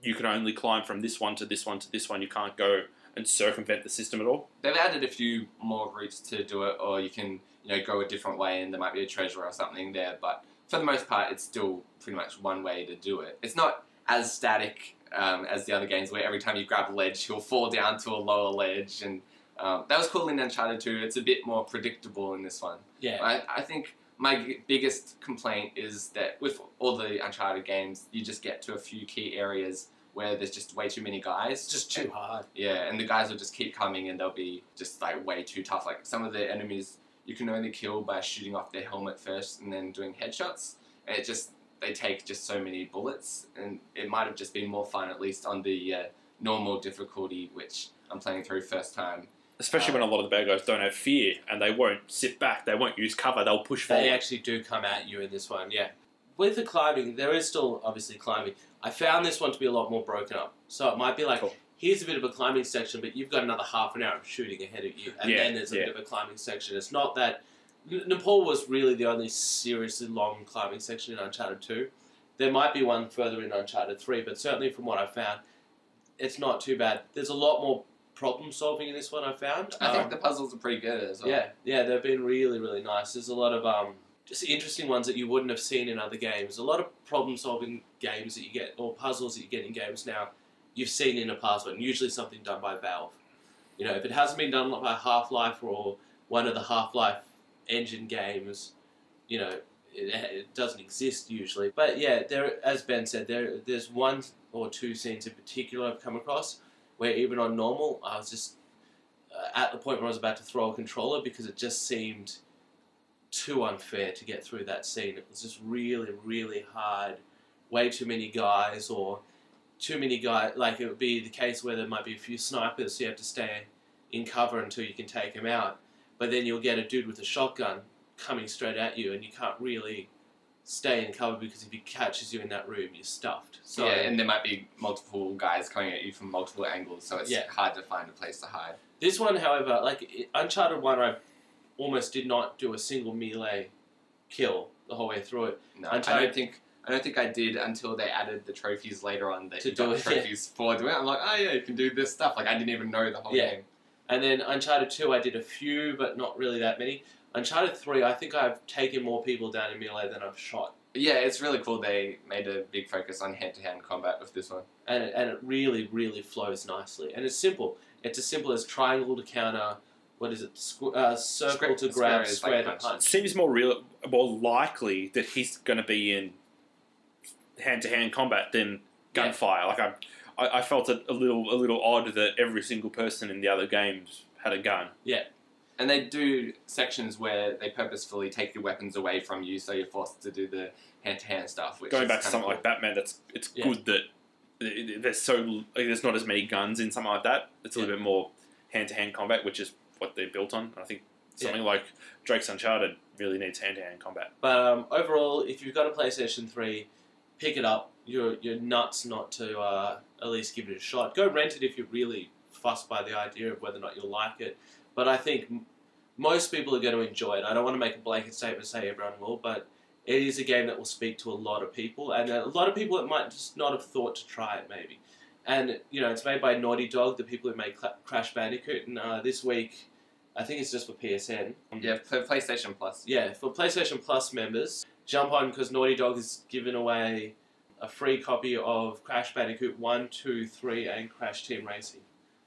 S1: you can only climb from this one to this one to this one. You can't go and circumvent the system at all.
S3: They've added a few more routes to do it, or you can you know go a different way, and there might be a treasure or something there. But for the most part, it's still pretty much one way to do it. It's not as static um, as the other games, where every time you grab a ledge, you'll fall down to a lower ledge, and um, that was cool in Uncharted 2. It's a bit more predictable in this one.
S2: yeah.
S3: I, I think my g- biggest complaint is that with all the Uncharted games, you just get to a few key areas where there's just way too many guys.
S2: It's just too hard.
S3: Yeah, and the guys will just keep coming and they'll be just like way too tough. Like some of the enemies you can only kill by shooting off their helmet first and then doing headshots. And it just, they take just so many bullets. And it might have just been more fun, at least on the uh, normal difficulty, which I'm playing through first time.
S1: Especially when a lot of the bad guys don't have fear and they won't sit back. They won't use cover. They'll push forward.
S2: They actually do come at you in this one, yeah. With the climbing, there is still obviously climbing. I found this one to be a lot more broken up. So it might be like,
S1: Cool.
S2: here's a bit of a climbing section, but you've got another half an hour of shooting ahead of you. And
S1: Yeah,
S2: then there's a
S1: yeah.
S2: bit of a climbing section. It's not that. N- Nepal was really the only seriously long climbing section in Uncharted 2. There might be one further in Uncharted 3, but certainly from what I found, it's not too bad. There's a lot more problem solving in this one, I found.
S3: I
S2: Um,
S3: think the puzzles are pretty good as well.
S2: yeah, yeah, they've been really, really nice. There's a lot of um, just interesting ones that you wouldn't have seen in other games. A lot of problem solving games that you get, or puzzles that you get in games now, you've seen in the past one. Usually something done by Valve. You know, if it hasn't been done by Half Life or one of the Half Life engine games, you know, it, it doesn't exist usually. But yeah, there, as Ben said, there there's one or two scenes in particular I've come across where even on normal I was just uh, at the point where I was about to throw a controller because it just seemed too unfair to get through that scene. It was just really, really hard. Way too many guys, or too many guys. Like it would be the case where there might be a few snipers, so you have to stay in cover until you can take them out. But then you'll get a dude with a shotgun coming straight at you, and you can't really stay in cover because if he catches you in that room, you're stuffed. So
S3: yeah, and there might be multiple guys coming at you from multiple angles, so it's
S2: Yeah.
S3: hard to find a place to hide.
S2: This one, however, like i- Uncharted One, I almost did not do a single melee kill the whole way through it.
S3: No, I
S2: Until-
S3: don't think I don't think I did until they added the trophies later on. That
S2: To
S3: you got
S2: do
S3: the
S2: it, yeah.
S3: trophies for doing it. I'm like, oh yeah, you can do this stuff. Like I didn't even know the whole
S2: Yeah.
S3: game.
S2: And then Uncharted Two, I did a few, but not really that many. Uncharted Three, I think I've taken more people down in melee than I've shot,
S3: Yeah, it's really cool. They made a big focus on hand-to-hand combat with this one.
S2: and it, and it really, really flows nicely. And it's simple. It's as simple as triangle to counter. What is it? Squ- uh, circle
S3: Square-
S2: to
S3: square
S2: grab,
S3: is
S2: square
S3: like
S2: to
S3: punch.
S1: It
S2: punch.
S1: seems more real, more likely that he's going to be in hand-to-hand combat than
S2: Yeah.
S1: gunfire. Like I, I, I felt it a little, a little odd that every single person in the other games had a gun.
S3: And they do sections where they purposefully take your weapons away from you, so you're forced to do the hand-to-hand stuff. Which
S1: Going
S3: is
S1: back to
S3: kinda
S1: something
S3: cool.
S1: like Batman, that's it's
S2: Yeah.
S1: good that th- th- there's so like, there's not as many guns in something like that. It's a little bit more hand-to-hand combat, which is what they're built on. I think something like Drake's Uncharted really needs hand-to-hand combat.
S2: But um, overall, if you've got a PlayStation 3, pick it up. You're, you're nuts not to uh, at least give it a shot. Go rent it if you're really fussed by the idea of whether or not you'll like it. But I think m- most people are going to enjoy it. I don't want to make a blanket statement and say everyone will, but it is a game that will speak to a lot of people. And a lot of people that might just not have thought to try it, maybe. And, you know, it's made by Naughty Dog, the people who made Cla- Crash Bandicoot. And uh, this week, I think it's just for PSN.
S3: yeah, for PlayStation Plus.
S2: Yeah, for PlayStation Plus members, jump on because Naughty Dog has given away a free copy of Crash Bandicoot 1, 2, 3, and Crash Team Racing.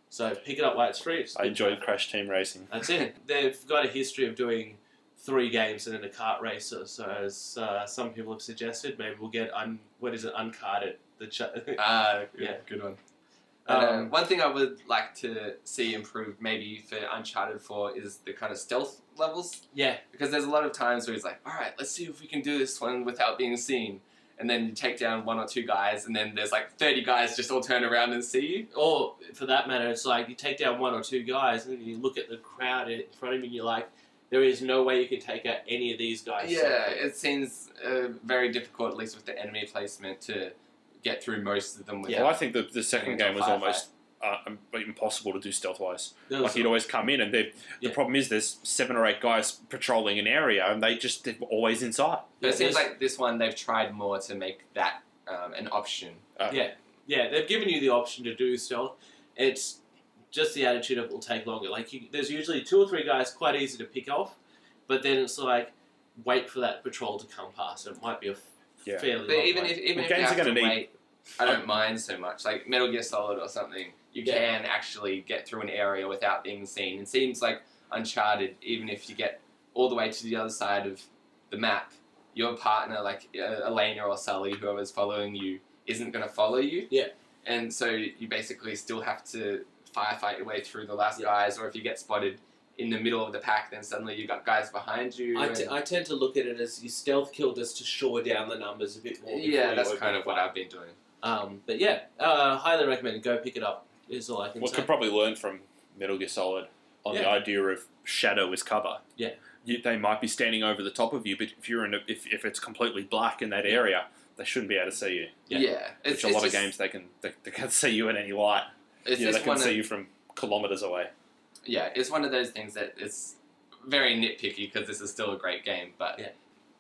S2: So pick it up while it's free. It's
S1: I enjoyed Crash Team Racing.
S2: That's it. They've got a history of doing three games and then a kart racer. So as uh, some people have suggested, maybe we'll get un what is it uncarted the ch-
S3: Ah, good,
S2: Yeah.
S3: good one. And, uh,
S2: Um,
S3: one thing I would like to see improved, maybe for Uncharted Four, is the kind of stealth levels
S2: yeah
S3: Because there's a lot of times where he's like, all right, let's see if we can do this one without being seen. And then you take down one or two guys, and then there's like 30 guys just all turn around and see you.
S2: or for that matter, it's like you take down one or two guys and then you look at the crowd in front of you and you're like, there is no way you can take out any of these guys.
S3: Yeah, it seems uh, very difficult, at least with the enemy placement, to get through most of them without.
S1: Well, I think the, the second
S3: into a
S1: game was
S3: firefight.
S1: almost uh, um, impossible to do stealth-wise.
S2: There was
S1: Like he'd always come in, and they, the
S2: Yeah.
S1: problem is there's seven or eight guys patrolling an area, and they just they're always inside.
S3: But it
S2: Yeah,
S3: seems like this one, they've tried more to make that um, an option.
S2: yeah, they've given you the option to do stealth. It's just the attitude of it will take longer. Like you, there's usually two or three guys quite easy to pick off, but then it's like wait for that patrol to come past. It might be a f-
S1: Yeah.
S2: fairly.
S3: But
S2: long
S3: even
S2: wait.
S3: if, even
S1: Well,
S3: if you
S1: games are
S3: have to
S1: gonna need-
S3: wait, I don't mind so much. Like Metal Gear Solid or something, you
S2: Yeah.
S3: can actually get through an area without being seen. It seems like Uncharted, even if you get all the way to the other side of the map, your partner, like uh, Elena or Sully, whoever's following you, isn't going to follow you.
S2: Yeah.
S3: And so you basically still have to firefight your way through the last
S2: Yeah.
S3: guys, or if you get spotted in the middle of the pack, then suddenly you've got guys behind you.
S2: I,
S3: and-
S2: t- I tend to look at it as you stealth kill just to shore down the numbers a bit more. before
S3: yeah,
S2: you
S3: that's
S2: open
S3: kind of what
S2: fire.
S3: I've been doing.
S2: Um, but yeah, uh, highly recommend. Go pick it up. Is all I can
S1: What
S2: say.
S1: could probably learn from Metal Gear Solid on the
S2: Yeah.
S1: idea of shadow as cover.
S2: Yeah.
S1: you, they might be standing over the top of you, but if you're in a, if, if it's completely black in that area, they shouldn't be able to see you.
S2: Yeah.
S3: it's,
S1: Which a
S3: it's
S1: lot of
S3: just-
S1: games they can they, they can see you in any light.
S3: It's
S1: yeah,
S3: just
S1: they can
S3: one of-
S1: see you from kilometers away.
S3: yeah, it's one of those things that it's very nitpicky because this is still a great game, but
S2: Yeah.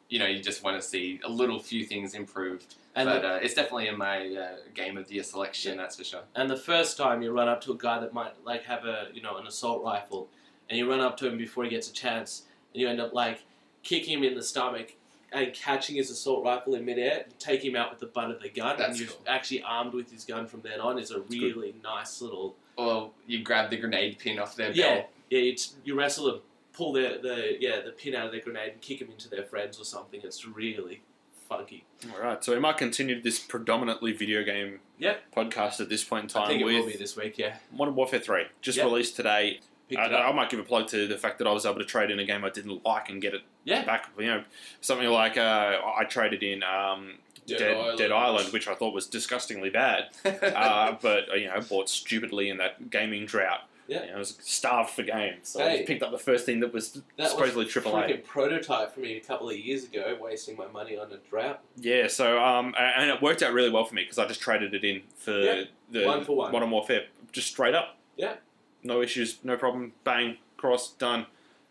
S3: you know, you just want to see a little few things improved.
S2: And
S3: but
S2: the-
S3: uh, it's definitely in my uh, game of the year selection,
S2: Yeah.
S3: that's for sure.
S2: And the first time you run up to a guy that might like have a you know an assault rifle, and you run up to him before he gets a chance, and you end up like kicking him in the stomach, and catching his assault rifle in midair, and take him out with the butt of the gun, and
S3: That's
S2: you're
S3: cool.
S2: actually armed with his gun from then on is a
S1: good.
S2: really nice little
S3: Or you grab the grenade pin off their
S2: Yeah.
S3: belt.
S2: yeah, you, t- you wrestle them, pull their the yeah the pin out of their grenade and kick them into their friends or something. It's really funky.
S1: All right, so we might continue this predominantly video game
S2: Yep.
S1: podcast at this point in time
S2: I think it
S1: with
S2: will be this week. Yeah,
S1: Modern Warfare 3, just
S2: Yep.
S1: released today.
S2: picked
S1: I,
S2: it
S1: I
S2: up.
S1: might give a plug to the fact that I was able to trade in a game I didn't like and get it
S2: Yeah,
S1: back. You know, something like uh, I I traded in um, Dead, Dead, Island. which I thought was disgustingly bad, uh, but uh, you know, bought stupidly in that gaming drought.
S2: Yeah.
S1: You know, I was starved for games, so I
S2: Hey.
S1: just picked up the first thing that was
S2: that
S1: supposedly
S2: was
S1: triple A.
S2: freaking prototype for me a couple of years ago, wasting my money on a drought.
S1: Yeah, so um, a- and it worked out really well for me because I just traded it in for
S2: Yeah,
S1: the
S2: one for one.
S1: Modern Warfare, just straight up.
S2: Yeah.
S1: no issues, no problem. Bang, cross, done.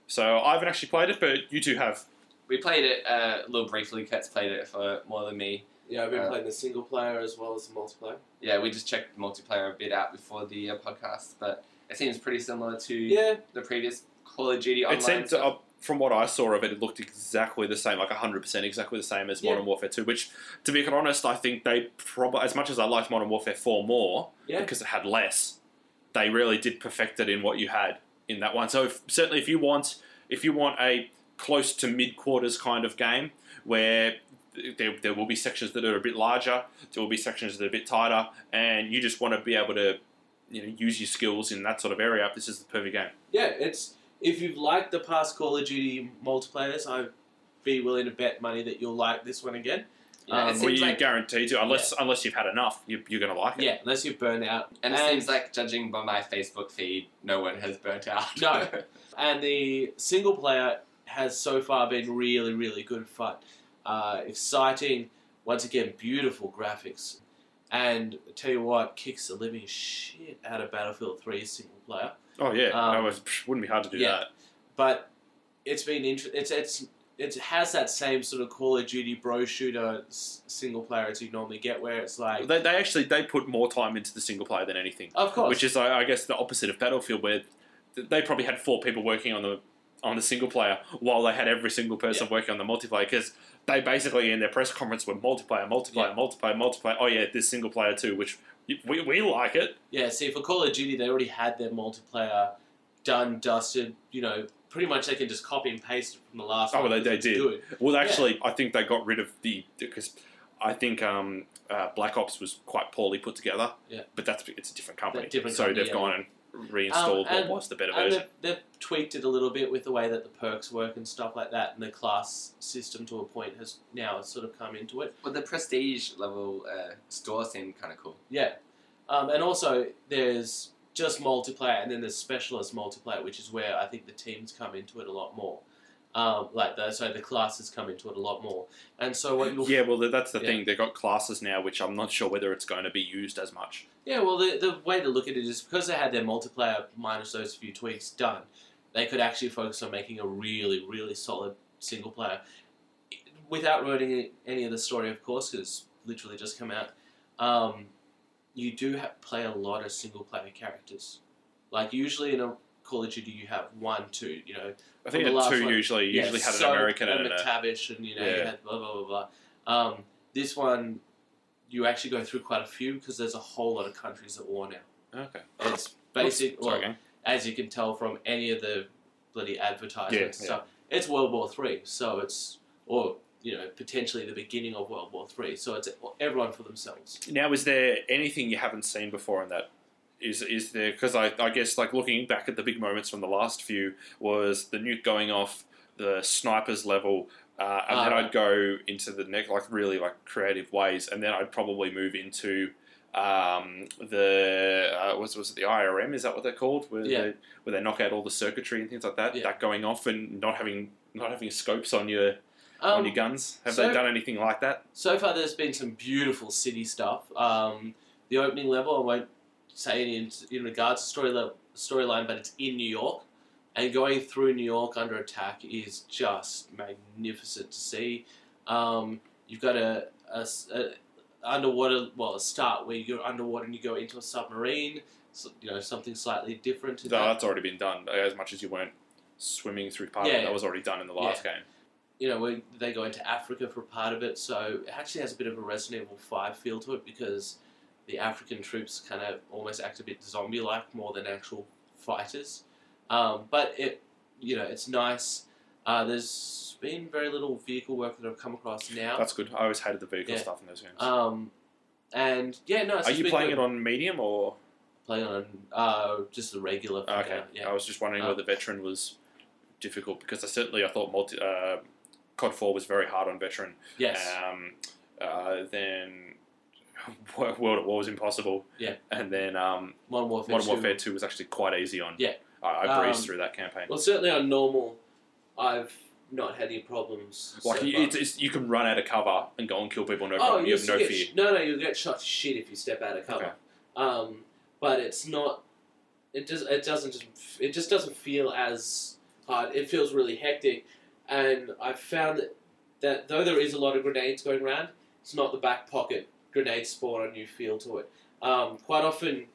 S1: So I haven't actually played it, but you two have.
S3: we played it uh, a little briefly. Kurt's played it for more than me.
S2: Yeah, I've been
S3: Uh,
S2: playing the single player as well as the multiplayer.
S3: Yeah, we just checked the multiplayer a bit out before the uh, podcast, but it seems pretty similar to
S2: Yeah,
S3: the previous Call of Duty online.
S1: it seemed,
S3: stuff.
S1: uh, from what I saw of it, it looked exactly the same, like hundred percent exactly the same as
S2: Yeah.
S1: Modern Warfare Two. Which, to be honest, I think they probably, as much as I liked Modern Warfare Four more,
S2: Yeah.
S1: because it had less, they really did perfect it in what you had in that one. So if, certainly, if you want, if you want a close to mid quarters kind of game where there, there will be sections that are a bit larger, there will be sections that are a bit tighter, and you just want to be able to, you know, use your skills in that sort of area. This is the perfect game.
S2: yeah. It's if you've liked the past Call of Duty multiplayers, I'd be willing to bet money that you'll like this one again.
S3: Yeah, it
S2: um,
S1: Well,
S3: seems
S1: you
S3: like-
S1: guaranteed to, unless unless you've had enough, you, you're going to like it.
S2: Yeah, unless you've burned out.
S3: and it seems like, judging by my Facebook feed, no one has burnt out.
S2: No. And the single player has so far been really, really good fun. Uh, exciting, once again, beautiful graphics. And I tell you what, kicks the living shit out of Battlefield 3 single player.
S1: Oh yeah,
S2: Um,
S1: that was, psh, wouldn't be hard to do
S2: yeah.
S1: that.
S2: But it's been interesting. It's, it's, it has that same sort of Call of Duty bro shooter s- single player as you normally get, where it's like,
S1: They, they actually they put more time into the single player than anything,
S2: of course,
S1: which is I, I guess the opposite of Battlefield, where th- they probably had four people working on the on the single player while they had every single person working on the multiplayer because they basically in their press conference were multiplayer, multiplayer, multiplayer, multiplayer. Oh yeah, this single player too, which y- we, we like it.
S2: Yeah, see, for Call of Duty, they already had their multiplayer done, dusted. You know, pretty much they can just copy and paste it from the last
S1: Oh,
S2: one
S1: they-
S2: 'cause
S1: they
S2: it's
S1: did.
S2: Good.
S1: Well,
S2: Yeah.
S1: actually, I think they got rid of the because I think um, uh, Black Ops was quite poorly put together.
S2: Yeah.
S1: but that's it's a different company,
S2: That different
S1: so
S2: company,
S1: they've
S2: yeah.
S1: gone and reinstalled
S2: Um, and-
S1: what was the better
S2: And
S1: version.
S2: they've, they've tweaked it a little bit with the way that the perks work and stuff like that, and the class system to a point has now sort of come into it.
S3: Well, the prestige level uh, store seemed kind of cool.
S2: Yeah. Um, and also, there's just multiplayer, and then there's specialist multiplayer, which is where I think the teams come into it a lot more. Um, like the, so the classes come into it a lot more. And so what you'll
S1: Yeah, well, th- that's the
S2: Yeah.
S1: thing. They've got classes now, which I'm not sure whether it's going to be used as much.
S2: Yeah, well, the, the way to look at it is because they had their multiplayer minus those few tweaks done, they could actually focus on making a really, really solid single player without ruining any of the story, of course, because it's literally just come out. Um, you do ha- play a lot of single player characters. Like, usually in a Call of Duty, you have one, two, you know,
S1: I think
S2: Well, the
S1: the two
S2: last one-
S1: usually you
S2: yeah,
S1: usually had an
S2: Soap
S1: American and,
S2: and
S1: a,
S2: McTavish, and you know, you
S1: Yeah.
S2: had blah blah blah blah. Um, this one, you actually go through quite a few because there's a whole lot of countries at war now.
S1: okay.
S2: It's basic,
S1: Sorry,
S2: well,
S1: gang.
S2: as you can tell from any of the bloody advertisements
S1: Yeah,
S2: and stuff. It's World War Three, so it's or you know potentially the beginning of World War Three. So it's everyone for themselves.
S1: Now, is there anything you haven't seen before in that? Is is there? Because I, I guess like looking back at the big moments from the last few was the nuke going off, the snipers level, uh, and then
S2: Ah.
S1: I'd go into the next like really like creative ways, and then I'd probably move into um, the uh, was was it the IRM? Is that what they're called? Where
S2: Yeah.
S1: they where they knock out all the circuitry and things like that.
S2: Yeah.
S1: That going off and not having not having scopes on your on
S2: Um,
S1: your guns. Have
S2: so-
S1: they done anything like that?
S2: so far, there's been some beautiful city stuff. Um, the opening level, I won't say any in, in regards to story le- storyline, but it's in New York, and going through New York under attack is just magnificent to see. Um, you've got a, a s- a underwater, well, a start where you're underwater and you go into a submarine. So, you know, something slightly different to
S1: No,
S2: that.
S1: that's already been done. As much as you weren't swimming through part of
S2: Yeah,
S1: it,
S2: yeah.
S1: that was already done in the last game.
S2: you know, where they go into Africa for part of it. So it actually has a bit of a Resident Evil 5 feel to it because the African troops kind of almost act a bit zombie like more than actual fighters. Um, but it, you know, it's nice. Uh, there's been very little vehicle work that I've come across now.
S1: That's good. I always hated the vehicle
S2: Yeah.
S1: stuff in those games.
S2: Um, and yeah, no. It's
S1: Are
S2: just
S1: you
S2: been
S1: playing
S2: good.
S1: it on medium or?
S2: Playing on uh, just the regular. for
S1: Okay,
S2: now, yeah. Uh,
S1: I was just wondering whether veteran was difficult because I certainly I thought multi uh, COD Four was very hard on veteran.
S2: Yes.
S1: Um, uh, then Wo- World at War was impossible.
S2: Yeah.
S1: And then um,
S2: Modern Warfare.
S1: Modern
S2: 2.
S1: Warfare Two was actually quite easy on.
S2: Yeah.
S1: I, I breezed
S2: Um,
S1: through that campaign.
S2: Well, certainly on normal, I've not had any problems.
S1: Like
S2: so
S1: you,
S2: far.
S1: it's, it's, you can run out of cover and go and kill people no
S2: oh,
S1: problem. You have no
S2: get,
S1: fear.
S2: No, no, you'll get shot to shit if you step out of cover.
S1: Okay.
S2: Um, but it's not. It does. It doesn't. Just, it just doesn't feel as hard. It feels really hectic, and I've found that, that though there is a lot of grenades going around, it's not the back pocket grenades spawn a new feel to it. Um, quite often,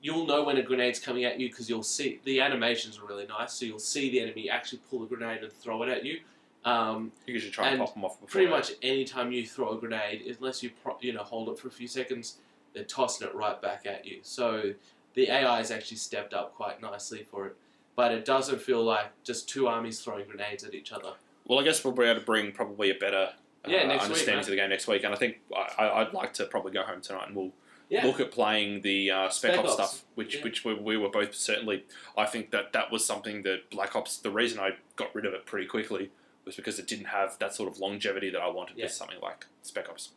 S2: you'll know when a grenade's coming at you because you'll see the animations are really nice. So you'll see the enemy actually pull a grenade and throw it at you. Um,
S1: You usually try and,
S2: And
S1: pop them off before.
S2: pretty
S1: they-
S2: much any time you throw a grenade, unless you pro- you know hold it for a few seconds, they're tossing it right back at you. So the AI has actually stepped up quite nicely for it, but it doesn't feel like just two armies throwing grenades at each other.
S1: Well, I guess we'll be able to bring probably a better uh,
S2: Yeah, next week,
S1: understanding
S2: man.
S1: to the game next week. And I think I, I, I'd like to probably go home tonight and we'll
S2: Yeah.
S1: look at playing the uh, Spec,
S2: Spec
S1: Ops,
S2: Ops.
S1: stuff, which
S2: Yeah.
S1: which we, we were both certainly. I think that that was something that Black Ops. The reason I got rid of it pretty quickly was because it didn't have that sort of longevity that I wanted
S2: Yeah.
S1: with something like Spec Ops.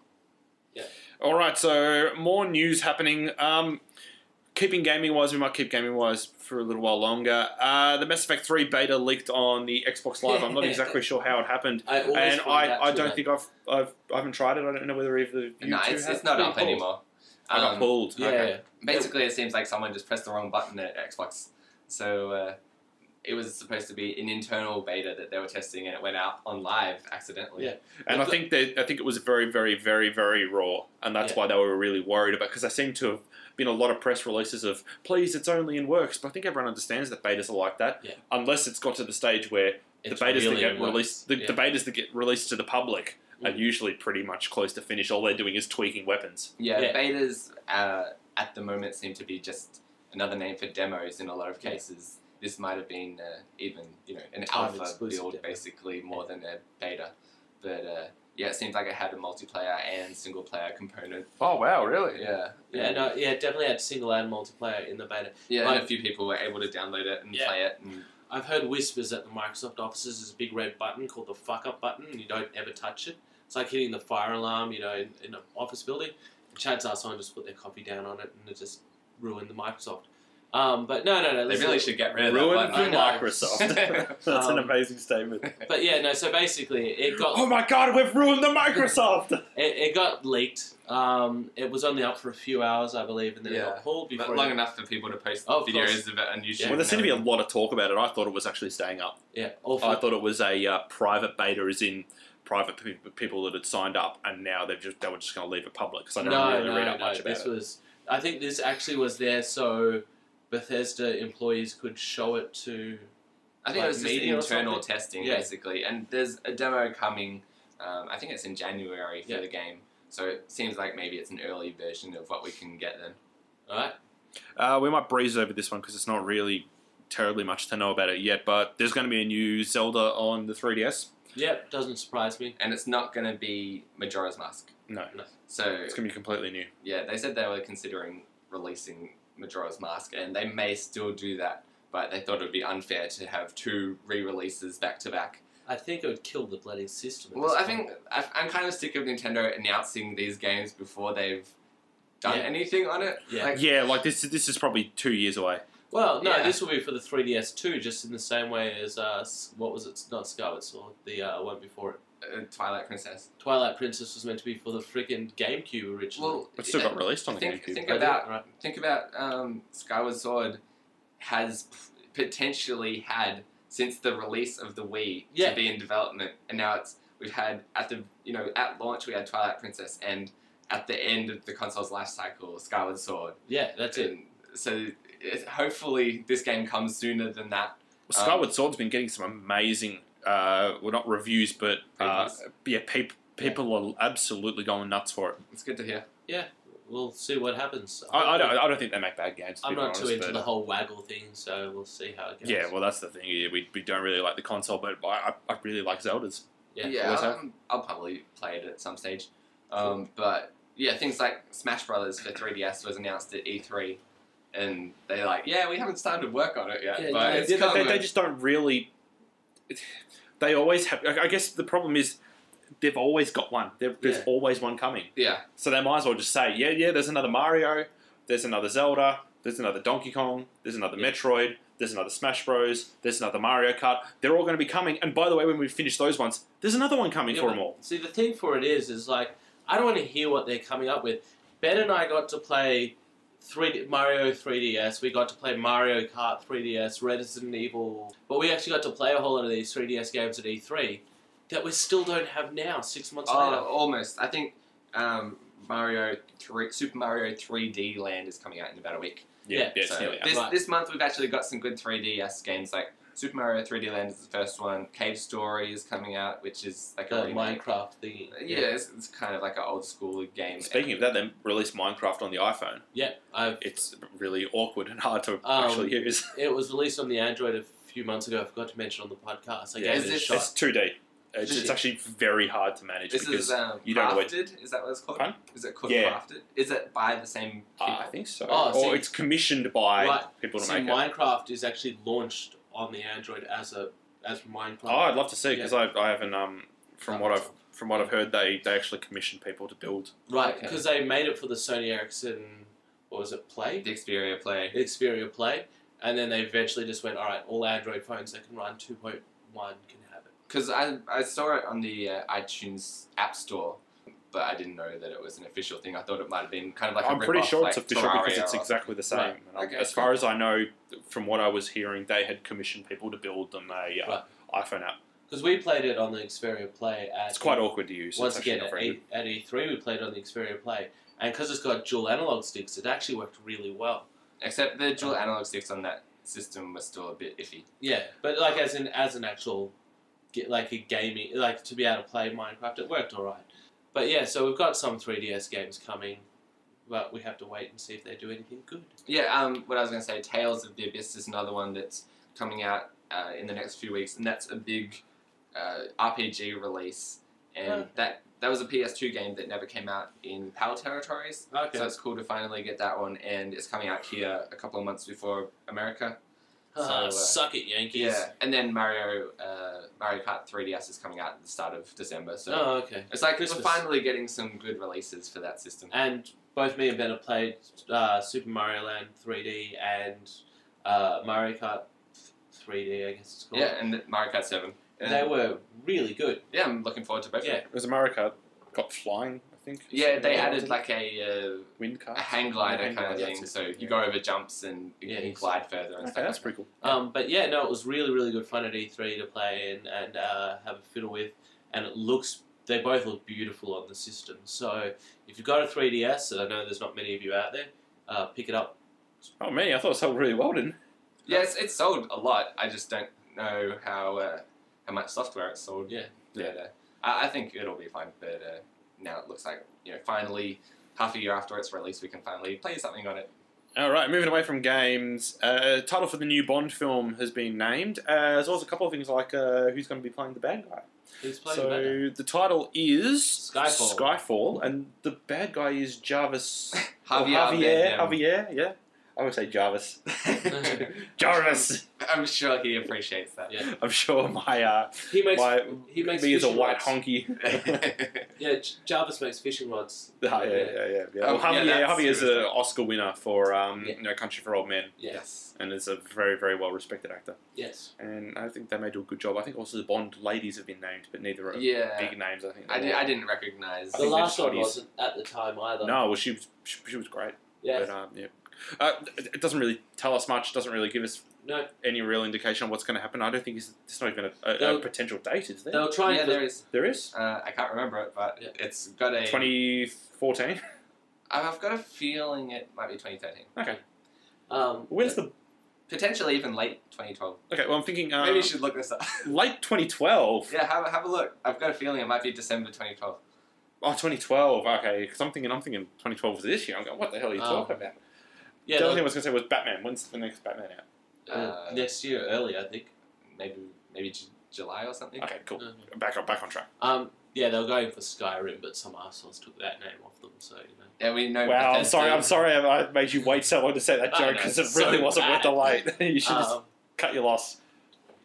S2: Yeah.
S1: All right. So more news happening. Um, keeping gaming wise, we might keep gaming wise for a little while longer. Uh, the Mass Effect Three beta leaked on the Xbox Live. I'm not exactly sure how it happened
S2: I always
S1: and
S2: find
S1: I,
S2: that
S1: I
S2: too
S1: don't
S2: late.
S1: think I've, I've I haven't tried it. I don't know whether either of you
S3: no,
S1: two
S3: it's,
S1: have.
S3: it's not
S2: been
S3: up
S2: pulled.
S3: anymore.
S1: I got
S3: Um,
S1: pulled.
S2: Yeah,
S1: Okay.
S3: Basically, it seems like someone just pressed the wrong button at Xbox. So uh, it was supposed to be an internal beta that they were testing, and it went out on live accidentally.
S2: Yeah.
S1: And I think that I think it was very very very very raw, and that's
S2: Yeah.
S1: why they were really worried about because I seem to have been a lot of press releases of please it's only in works, but I think everyone understands that betas are like that
S2: Yeah.
S1: unless it's got to the stage where
S2: It's
S1: the betas
S2: really
S1: that get
S2: works.
S1: released the,
S2: yeah.
S1: the betas that get released to the public are
S2: Mm.
S1: usually pretty much close to finish. All they're doing is tweaking weapons.
S3: Yeah,
S2: Yeah.
S3: betas uh, at the moment seem to be just another name for demos in a lot of
S2: Yeah.
S3: cases. This might have been uh, even you know an
S2: Time
S3: alpha
S2: exclusive
S3: build
S2: demo.
S3: basically more than a beta, but uh, yeah, it seems like it had a multiplayer and single player component.
S1: Oh wow, really?
S3: Yeah,
S2: Yeah, no, yeah, definitely had single and multiplayer in the beta.
S3: yeah.
S2: Like-
S3: and a few people were able to download it and
S2: Yeah.
S3: play it. And,
S2: I've heard whispers at the Microsoft offices there's a big red button called the fuck up button, and you don't ever touch it. It's like hitting the fire alarm, you know, in, in an office building. Chances are someone just put their coffee down on it and it just ruined the Microsoft. Um, but no, no, no.
S3: they
S2: listen-
S3: really should get rid of
S1: Ruined
S3: that
S1: for
S3: button.
S2: I know.
S1: Microsoft. That's an
S2: Um,
S1: amazing statement.
S2: But yeah, no. So basically, it got
S1: Oh my god, we've ruined the Microsoft!
S2: it, it got leaked. Um, it was only up for a few hours, I believe, and then it
S3: Yeah.
S2: got pulled before.
S3: But long
S2: it,
S3: enough for people to post
S2: Oh, of
S3: videos
S2: course.
S3: of it on YouTube.
S1: well, there seemed to be a
S3: and
S1: lot of talk about it. I thought it was actually staying up.
S2: yeah, awful.
S1: I thought it was a uh, private beta, as in private pe- people that had signed up, and now they've just they were just going to leave it public because I don't
S2: no,
S1: really
S2: no,
S1: read up
S2: no.
S1: much about
S2: this
S1: it.
S2: was. I think this actually was there so Bethesda employees could show it to.
S3: I think
S2: like
S3: it was just
S2: media or
S3: internal
S2: something?
S3: testing
S2: Yeah.
S3: basically, and there's a demo coming. Um, I think it's in January for
S2: Yeah.
S3: the game, so it seems like maybe it's an early version of what we can get then.
S2: All right.
S1: Uh, we might breeze over this one because it's not really terribly much to know about it yet. But there's going to be a new Zelda on the 3DS.
S2: Yep, doesn't surprise me.
S3: And it's not going to be Majora's Mask,
S1: No,
S3: so
S1: it's going to be completely new.
S3: yeah, they said they were considering releasing Majora's Mask, and they may still do that, but they thought it would be unfair to have two re-releases back to back.
S2: I think it would kill the bloody system. at
S3: Well,
S2: this
S3: I
S2: point.
S3: think I- I'm kind of sick of Nintendo announcing these games before they've done
S2: Yeah.
S3: anything on it.
S2: Yeah.
S3: Like,
S1: Yeah, like this. This is probably two years away.
S2: Well, no,
S3: Yeah.
S2: this will be for the 3DS too, just in the same way as uh, S- what was it? Not Scarlet Sword, the uh, one before it.
S3: uh, Twilight Princess.
S2: Twilight Princess was meant to be for the freaking GameCube originally.
S3: Well,
S1: It still
S3: yeah,
S1: got released on the
S3: think-
S1: GameCube.
S3: think
S2: But
S3: about-
S2: yeah, right.
S3: think about um, Skyward Sword has p- potentially had since the release of the Wii
S2: Yeah.
S3: to be in development, and now it's we've had at the you know at launch we had Twilight Princess, and at the end of the console's life cycle, Skyward Sword.
S2: Yeah, that's it.
S3: And so it, hopefully this game comes sooner than that.
S2: um,
S1: Skyward Sword's been getting some amazing uh, well, not reviews, but uh,
S3: Papers.
S1: yeah, peop people are absolutely going nuts for it.
S3: It's good to hear.
S2: We'll see what happens.
S1: I, I, don't, I don't think they make bad games. to be
S2: I'm not
S1: honest,
S2: too into
S1: but-
S2: the whole waggle thing, so we'll see how it goes.
S1: Yeah, well, that's the thing. Yeah, we, we don't really like the console, but I, I I really like Zelda's.
S2: Yeah.
S1: What's that?
S3: I'll, I'll probably play it at some stage. Um, But yeah, things like Smash Brothers for 3DS was announced at E3, and they like, yeah, we haven't started work on it yet,
S2: Yeah,
S3: but
S2: yeah,
S3: it's
S1: Yeah, they- they,
S3: coming.
S1: they just don't really. They always have. I I guess the problem is they've always got one. There, there's
S2: Yeah.
S1: always one coming,
S3: yeah,
S1: so they might as well just say, yeah, yeah. There's another Mario. There's another Zelda. There's another Donkey Kong. There's another
S2: Yeah.
S1: Metroid. There's another Smash Bros. There's another Mario Kart. They're all going to be coming. And by the way, when we finish those ones, there's another one coming
S2: Yeah,
S1: for
S2: but-
S1: them all.
S2: See, the thing for it is, is like I don't want to hear what they're coming up with. Ben and I got to play three D- Mario 3DS. We got to play Mario Kart 3DS, Resident Evil, but we actually got to play a whole lot of these 3DS games at E3 that we still don't have now. Six months
S3: Oh,
S2: later.
S3: almost. I think um, Mario 3, Super Mario 3D Land is coming out in about a week.
S2: Yeah,
S1: it's
S3: So
S1: nearly out.
S3: this,
S2: Right.
S3: this month we've actually got some good 3DS games like Super Mario 3D Land is the first one. Cave Story is coming out, which is like a
S1: Uh,
S2: The
S3: remake.
S2: Minecraft thing.
S3: Yeah, it's, it's kind of like an old school game.
S1: Speaking of that, they released Minecraft on the iPhone.
S2: Yeah, I've
S1: It's really awkward and hard to
S2: Um,
S1: actually use.
S2: It was released on the Android a few months ago. I forgot to mention on the podcast. I
S1: Yeah,
S2: gave it a
S3: this-
S2: shot.
S1: It's 2D. It's, it's actually very hard to manage
S3: This
S1: because
S3: is um,
S1: you don't know what-
S3: crafted. Is that what it's called?
S1: Pardon?
S3: Is it called
S1: Yeah.
S3: crafted? Is it by the same?
S1: uh,
S3: people?
S1: I think so.
S2: Oh,
S1: or
S2: see-
S1: it's commissioned by
S2: Right.
S1: people to
S2: See,
S1: make it.
S2: Minecraft is actually launched on the Android as a as Minecraft.
S1: Oh, I'd love to see because I, I haven't. Um, from what I've from what I've heard, they they actually commissioned people to build.
S2: Right,
S3: Okay.
S2: because they made it for the Sony Ericsson, what was it, Play?
S3: the Xperia Play.
S2: Xperia Play. And then they eventually just went, all right, all Android phones that can run 2.1 can have it.
S3: Because I, I saw it on the uh, iTunes App Store, but I didn't know that it was an official thing. I thought it might have been kind of like a
S1: I'm pretty
S3: rip-off,
S1: sure it's
S3: like
S1: official because
S3: Terraria
S1: it's
S3: or-
S1: exactly the same.
S2: Right.
S1: And I-
S3: Okay,
S1: as far as I know, from what I was hearing, they had commissioned people to build them a uh, iPhone app.
S2: Because we played it on the Xperia Play at.
S1: It's quite awkward to use.
S2: Once
S1: it's actually
S2: again,
S1: not
S2: at,
S1: very good.
S2: e, at E3, we played on the Xperia Play. And because it's got dual analog sticks, it actually worked really well.
S3: Except the
S1: Uh.
S3: dual analog sticks on that system was still a bit iffy.
S2: Yeah, but like as an as an actual, ge- like a gaming, like to be able to play Minecraft, it worked all right. But yeah, so we've got some 3DS games coming, but we have to wait and see if they do anything good.
S3: Yeah, um, what I was going to say, Tales of the Abyss is another one that's coming out uh, in the next few weeks, and that's a big uh, RPG release. And
S2: Okay.
S3: that that was a PS2 game that never came out in PAL territories,
S2: Okay.
S3: so it's cool to finally get that one, and it's coming out here a couple of months before America.
S2: Ah,
S3: so, uh,
S2: suck it, Yankees.
S3: Yeah, and then Mario uh, Mario Kart 3DS is coming out at the start of December, so
S2: Oh, okay.
S3: it's like
S2: Christmas.
S3: we're finally getting some good releases for that system.
S2: And both me and Ben have played uh, Super Mario Land 3D and uh, Mario Kart 3D, I guess it's called.
S3: Yeah, and Mario Kart 7. And,
S2: They were really good.
S3: yeah, I'm looking forward to both of
S2: Yeah.
S3: them.
S1: It was America got flying, I think.
S3: Yeah, they
S1: Yeah.
S3: added like a uh,
S1: wind cars.
S3: a hang glider
S1: Hang
S3: kind of
S1: glider,
S3: thing,
S1: that's
S3: so
S1: it.
S3: you
S1: Yeah.
S3: go over jumps and you
S2: Yeah,
S3: can
S2: he's-
S3: glide further and
S1: Okay,
S3: stuff.
S1: that's
S3: like
S1: pretty cool.
S2: Um, but yeah, no, it was really, really good fun at E3 to play and, and uh, have a fiddle with. And it looks, they both look beautiful on the system. So if you've got a 3DS, and I know there's not many of you out there, uh, pick it up.
S1: Oh man, I thought it sold really well, didn't it?
S3: that. Yeah, it's, it's sold a lot. I just don't know how uh, how much software it's sold.
S2: Yeah.
S3: But, uh, I, I think it'll be fine. But uh, now it looks like you know finally half a year after its release, we can finally play something on it.
S1: All right, moving away from games. Uh, title for the new Bond film has been named, uh, as well as a couple of things like uh, who's going to be playing the bad guy.
S2: Who's playing
S1: so
S2: better?
S1: the title is
S2: Skyfall.
S1: Skyfall, and the bad guy is Jarvis. or
S3: Javier
S1: Javier.
S3: Bardem.
S1: Javier, yeah. I would say Jarvis. Jarvis.
S3: I'm sure he appreciates that.
S2: Yeah.
S1: I'm sure my uh,
S2: He makes,
S1: my
S2: he makes
S1: me as a
S2: fishing
S1: white
S2: rods.
S1: honky.
S2: Yeah, J- Jarvis makes fishing rods.
S1: Oh, yeah, yeah, yeah. yeah.
S3: Oh,
S1: well, Javier,
S3: yeah, that's-
S1: Javier is an Oscar winner for um,
S2: Yeah.
S1: No Country for Old Men,
S2: Yeah.
S3: yes.
S1: and is a very, very well respected actor.
S2: Yes.
S1: And I think they may do a good job. I think also the Bond ladies have been named, but neither are
S3: Yeah.
S1: big names. I think.
S3: I, did, I didn't recognize.
S1: I think
S2: The
S1: they're
S2: last one
S1: Scotties.
S2: wasn't at the time either.
S1: No, well, she was she, she was great.
S2: Yeah.
S1: But, um, yeah. Uh, it it doesn't really tell us much. Doesn't really give us
S2: No,
S1: any real indication on what's going to happen. I don't think it's, it's not even a, a, a
S2: They'll-
S1: potential date, is there?
S2: they'll try
S3: yeah,
S2: and
S3: there is.
S1: There is.
S3: Uh, I can't remember it, but
S2: Yeah.
S3: it's got a
S1: 2014.
S3: I've got a feeling it might be 2013.
S1: Okay.
S2: um,
S1: When's the
S3: potentially even late 2012.
S1: Okay, well, I'm thinking uh,
S3: Maybe you should look this up.
S1: late 2012.
S3: yeah, have, a- have a look. I've got a feeling it might be December 2012.
S1: Oh, 2012. Okay, because I'm thinking, I'm thinking 2012 was this year. I'm going, what the hell are you
S2: Oh.
S1: talking about?
S2: Yeah,
S1: the other
S2: the-
S1: thing I was going to say was Batman. When's the next Batman out?
S2: uh,
S3: Uh,
S2: next year, early, I think.
S3: Maybe maybe J- July or something.
S1: Okay, cool.
S2: Uh-huh.
S1: Back on back on track.
S2: Um, yeah, they were going for Skyrim, but some arseholes took that name off them, so, you know.
S3: Yeah, we know.
S1: Wow, I'm
S3: Bethesda-
S1: sorry. I'm sorry. I I made you wait so long to say that
S2: I
S1: joke
S2: know,
S1: because
S2: it's
S1: it really
S2: so
S1: wasn't
S2: bad.
S1: worth the light. you should just
S2: Um,
S1: cut your loss.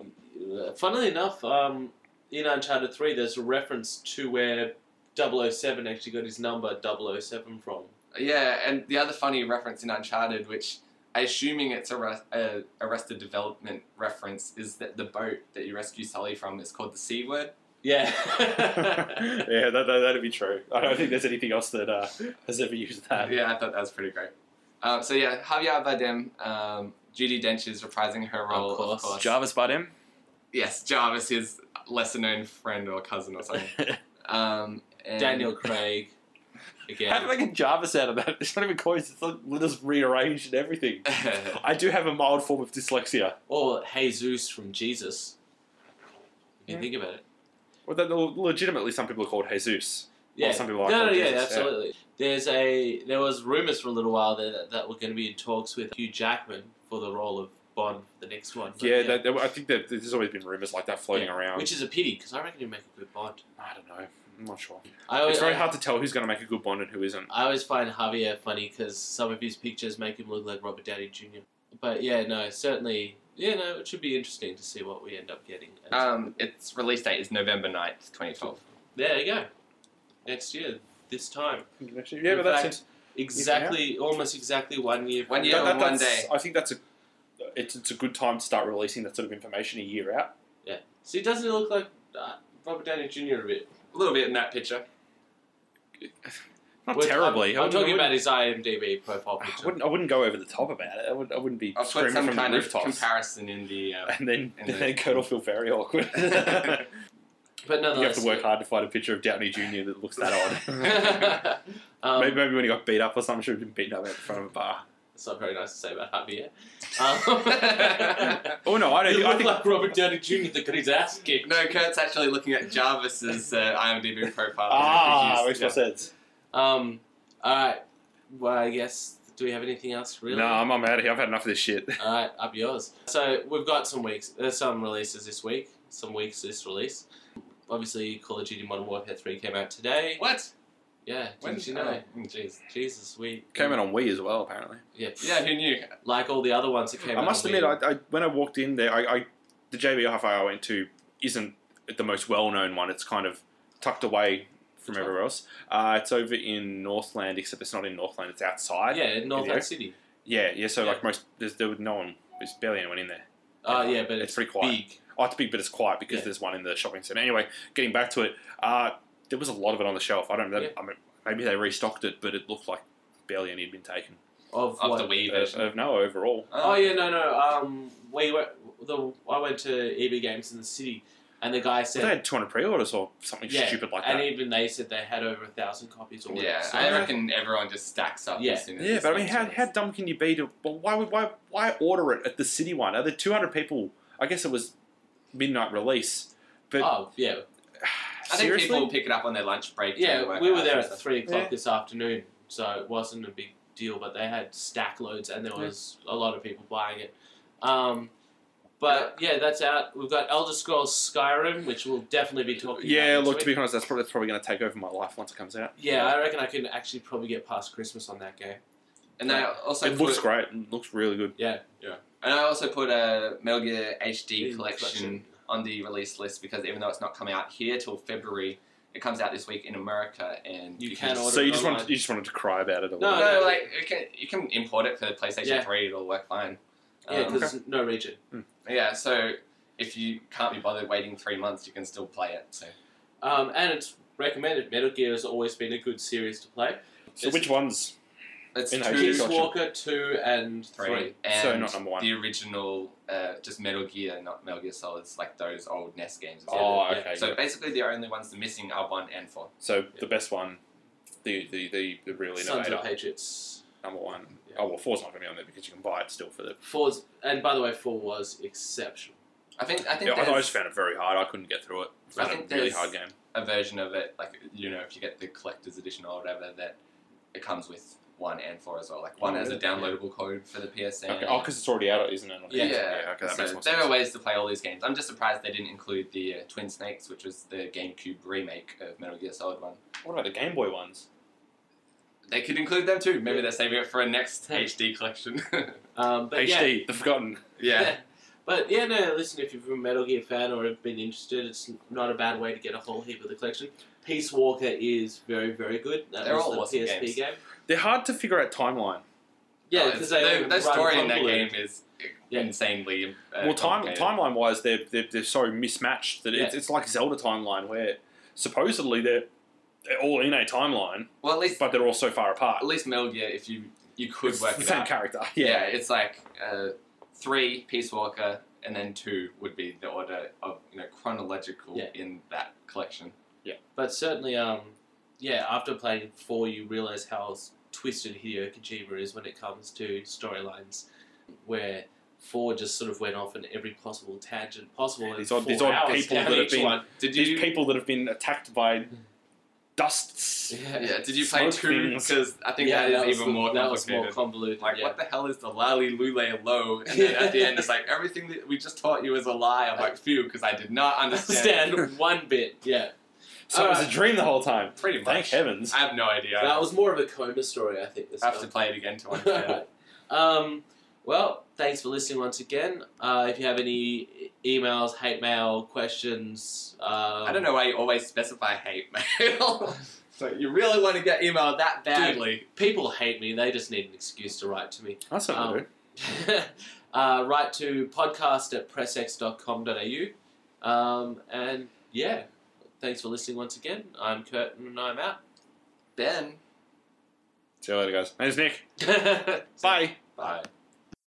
S2: Uh, funnily enough, um, in Uncharted 3, there's a reference to where 007 actually got his number 007 from.
S3: Yeah, and the other funny reference in Uncharted, which I assuming it's a, res- a Arrested Development reference, is that the boat that you rescue Sully from is called the C word.
S2: Yeah.
S1: yeah, that, that, that'd be true. I don't think there's anything else that uh, has ever used that.
S3: yeah, I thought that was pretty great. Um, so yeah, Javier Bardem, um, Judy Dench is reprising her role, of course.
S2: course.
S5: Jarvis Bardem.
S3: Yes, Jarvis, his lesser known friend or cousin or something. Um, and
S2: Daniel Craig.
S5: How do
S2: Again.
S5: I get Jarvis out of that?
S1: It's not even close. It's like, let us rearrange and everything. I do have a mild form of dyslexia.
S2: Or Jesus from Jesus. If you
S1: Hmm.
S2: think about it.
S1: Well, that, legitimately, some people are called Jesus.
S2: Yeah.
S1: Or some people like
S2: no, no,
S1: Jesus,
S2: yeah,
S1: yeah.
S2: absolutely. There's a there was rumors for a little while there that, that we're going to be in talks with Hugh Jackman for the role of Bond, the next one. But,
S1: yeah, That, um, that- I think that there's always been rumors like that floating
S2: Yeah,
S1: around.
S2: which is a pity because I reckon he'd make a good Bond.
S1: I don't know. I'm not sure.
S2: I
S1: It's
S2: always,
S1: very
S2: Oh, I-
S1: hard to tell who's going to make a good Bond and who isn't.
S2: I always find Javier funny because some of his pictures make him look like Robert Downey Jr. But yeah, no, certainly, yeah, no, it should be interesting to see what we end up getting.
S1: Uh,
S3: um, its release date is November 9th, 2012.
S2: there you go. Next year, this time,
S1: Yeah,
S2: In
S1: but that's
S2: fact,
S1: it.
S2: exactly, almost exactly one year.
S3: One
S2: from
S3: year
S1: That-
S2: now.
S1: that-
S3: and one
S1: that's-
S3: day.
S1: I think that's a it's, it's a good time to start releasing that sort of information a year out.
S2: See, doesn't it look like uh, Robert Downey Jr. a bit?
S3: A little bit in that picture.
S1: Not
S2: Well,
S1: terribly.
S2: I'm, I'm
S1: I wouldn't-
S2: talking about his IMDb profile
S1: I
S2: picture.
S1: Ah, wouldn't. I wouldn't go over the top about it. I would. I wouldn't be
S3: I'll put
S1: screaming
S3: some
S1: from
S3: kind
S1: the
S3: of
S1: rooftops.
S3: comparison in the. Uh,
S1: and then,
S3: And
S1: then,
S3: then-
S1: Kurt will feel very awkward. you have
S2: But nonetheless,
S1: to work hard to find a picture of Downey Jr. that looks that odd.
S2: um,
S1: maybe, maybe when he got beat up or something, should have been beaten up out the front of a bar.
S2: It's not very nice to say about Javier. Um,
S1: Oh no, I
S2: you
S1: don't.
S2: look
S1: I think
S2: like Robert Downey Jr. that got his ass kicked.
S3: no, Kurt's actually looking at Jarvis's uh, IMDb profile.
S1: ah,
S3: He's-
S1: makes more
S3: yeah.
S1: sense.
S2: Um, alright. Well, I guess, do we have anything else, really?
S1: No, I'm, I'm out of here. I've had enough of this shit.
S2: Alright, up yours. So, we've got some weeks, uh, some releases this week, some weeks this release. Obviously, Call of Duty Modern Warfare 3 came out today.
S3: What?
S2: Yeah,
S3: When
S2: did you
S3: oh,
S2: know?
S3: mm,
S2: Jeez, Jesus, we.
S1: Came out on Wii as well, apparently.
S2: Yeah,
S3: Yeah, who knew?
S2: Like all the other ones that came out.
S1: I must
S2: on
S1: admit,
S2: Wii.
S1: I, I, when I walked in there, I, I the JB hi I went to isn't the most well-known one. It's kind of tucked away from
S2: Which one?
S1: everywhere else. Uh, it's over in Northland, except it's not in Northland. It's outside.
S2: Yeah, North
S1: Video.
S2: Lake City.
S1: Yeah, yeah. So
S2: Yeah.
S1: like most, there's, there was no one. There's barely anyone in there.
S2: Oh, yeah, but
S1: It's
S2: it's,
S1: pretty quiet.
S2: big.
S1: Oh, it's big, but it's quiet because
S2: Yeah.
S1: there's one in the shopping centre. Anyway, getting back to it, uh, there was a lot of it on the shelf. I don't know.
S2: Yeah.
S1: I mean, maybe they restocked it, but it looked like barely any had been taken.
S2: Of,
S3: Of
S2: what?
S3: the Wii
S1: Of,
S3: version.
S1: of no overall.
S2: Oh yeah, no, no. Um, we were the I went to EB Games in the city, and the guy
S1: But they
S2: said,
S1: had 200 pre-orders or something
S2: yeah,
S1: stupid like
S2: and
S1: that.
S2: even they said they had over a thousand copies or whatever.
S3: Yeah,
S2: so-
S3: I reckon everyone just stacks up.
S2: Yeah.
S3: as soon as
S1: yeah,
S3: this
S1: but I
S3: one
S1: mean, how,
S3: starts.
S1: how dumb can you be to? Well, why would why why order it at the city one? Are there 200 people? I guess it was midnight release. But
S2: oh yeah,
S3: I think
S1: seriously,
S3: people will pick it up on their lunch break. during
S2: yeah.
S3: work
S2: We were
S3: hours
S2: there
S3: and
S2: at
S3: stuff.
S2: three o'clock
S1: Yeah.
S2: this afternoon, so it wasn't a big deal. But they had stack loads, and there
S1: Yeah.
S2: was a lot of people buying it. Um, but yeah, that's out. We've got Elder Scrolls Skyrim, which we'll definitely be talking.
S1: yeah.
S2: about next
S1: Look, to
S2: week.
S1: be honest, that's probably, that's probably going to take over my life once it comes out.
S2: yeah, I reckon I can actually probably get past Christmas on that game.
S3: And I also
S1: it looks
S3: put,
S1: great. It looks really good.
S2: Yeah,
S3: And I also put a Metal Gear HD
S2: In
S3: collection on the release list because even though it's not coming out here till February, it comes out this week in America and
S2: You
S3: can
S2: can order
S1: So you
S2: it
S1: just
S2: online.
S1: wanted you just wanted to cry about it. A
S2: No,
S1: little.
S3: No, like you can you can import it for PlayStation
S2: Yeah.
S3: Three. It'll work fine.
S2: Yeah,
S3: Um,
S2: because no region.
S3: yeah. So if you can't be bothered waiting three months, you can still play it. So
S2: Um, and it's recommended. Metal Gear has always been a good series to play.
S1: So which ones?
S3: it's
S1: In
S3: two,
S1: HD
S2: Peace
S1: Gotcha.
S2: Walker 2 and 3.
S3: three, and
S1: So not number one.
S3: the original, uh, just Metal Gear, not Metal Gear Solids, like those old NES games. and stuff.
S1: Oh,
S2: yeah.
S1: okay.
S3: So
S1: yeah.
S3: basically, the only ones that are missing are one and four.
S1: So the best one, the the the, the real
S2: Sons
S1: innovator.
S2: of Patriots.
S1: number one. Oh well, four's not going to be on there because you can buy it still for the.
S2: Four's and by the way, four was exceptional.
S3: I think I think
S1: Yeah, I, I
S3: there's
S1: just found it very hard. I couldn't get through it.
S3: I
S1: Found
S3: think
S1: it a really
S3: there's-
S1: hard game.
S3: a version of it, like you know, if you get the collector's edition or whatever, that it comes with one and four as well. Like one
S1: Oh,
S3: has a
S1: really?
S3: downloadable code for the PSN.
S1: Okay. Oh, because it's already out, isn't it? Okay.
S3: Yeah,
S1: yeah. Okay, that
S3: so
S1: makes more
S3: there are
S1: sense.
S3: ways to play all these games. I'm just surprised they didn't include the uh, Twin Snakes, which was the GameCube remake of Metal Gear Solid One.
S1: What about the Game Boy ones?
S3: They could include them too. Maybe they're saving it for a next HD collection.
S2: Um, but yeah,
S1: HD, the Forgotten.
S3: yeah,
S2: But yeah, no. Listen, if you're a Metal Gear fan or have been interested, it's not a bad way to get a whole heap of the collection. Peace Walker is very, very good. That
S3: They're
S2: was
S3: all
S2: the
S3: awesome
S2: PSP
S3: games.
S2: game.
S1: They're hard to figure out timeline.
S2: Yeah,
S3: Oh,
S2: because
S3: it's-
S2: they
S3: the, the
S2: run
S3: story in that
S2: convoluted.
S3: game is
S2: Yeah.
S3: insanely uh,
S1: well, time
S3: complicated.
S1: timeline wise, they're, they're they're so mismatched that it's,
S2: Yeah.
S1: it's like Zelda timeline where supposedly they're they're all in a timeline,
S3: Well, at least
S1: but they're all so far apart.
S3: at least Metal Gear, if you you could
S1: It's
S3: work
S1: the
S3: it
S1: same
S3: out.
S1: character.
S3: Yeah,
S1: Yeah.
S3: it's like uh, three Peace Walker, and then two would be the order of you know chronological
S2: Yeah.
S3: in that collection.
S2: But certainly, um, yeah, after playing four, you realize how s- twisted Hideo Kojima is when it comes to storylines, where four just sort of went off in every possible tangent possible. and
S1: These odd-
S2: four
S1: these odd
S2: hours
S1: people
S2: down
S1: that have
S2: each
S1: been-
S2: one.
S3: Did you?
S1: These people that have been attacked by dusts.
S2: Yeah,
S3: yeah, did you play
S1: smoke
S3: two?
S1: things.
S3: Because I think
S2: Yeah,
S3: that is
S2: was
S3: even
S2: the-
S3: more
S2: that was
S3: complicated.
S2: more convoluted.
S3: like,
S2: yeah.
S3: what the hell is the lali lule lo? And then at the end, it's like everything that we just taught you is a lie. I'm like, phew, because I did not understand.
S2: understand one bit. Yeah,
S1: So it was a
S2: Alright.
S1: dream the whole time.
S3: Uh, Pretty much.
S1: Thank heavens.
S3: I have no idea.
S2: that was more of a coma story, I think. This
S3: I have to
S2: time.
S3: play it again to understand. it.
S2: um, well, thanks for listening once again. Uh, if you have any e- emails, hate mail, questions, um,
S3: I don't know why you always specify hate mail. so you really want to get emailed that badly.
S2: People hate me. They just need an excuse to write to me.
S1: That's
S2: Um, uh, write to podcast at pressx.com.au. Um, and yeah, thanks for listening once again. I'm Curtin and I'm out.
S3: Ben.
S1: See you later, guys. My name's Nick. Bye.
S2: Bye.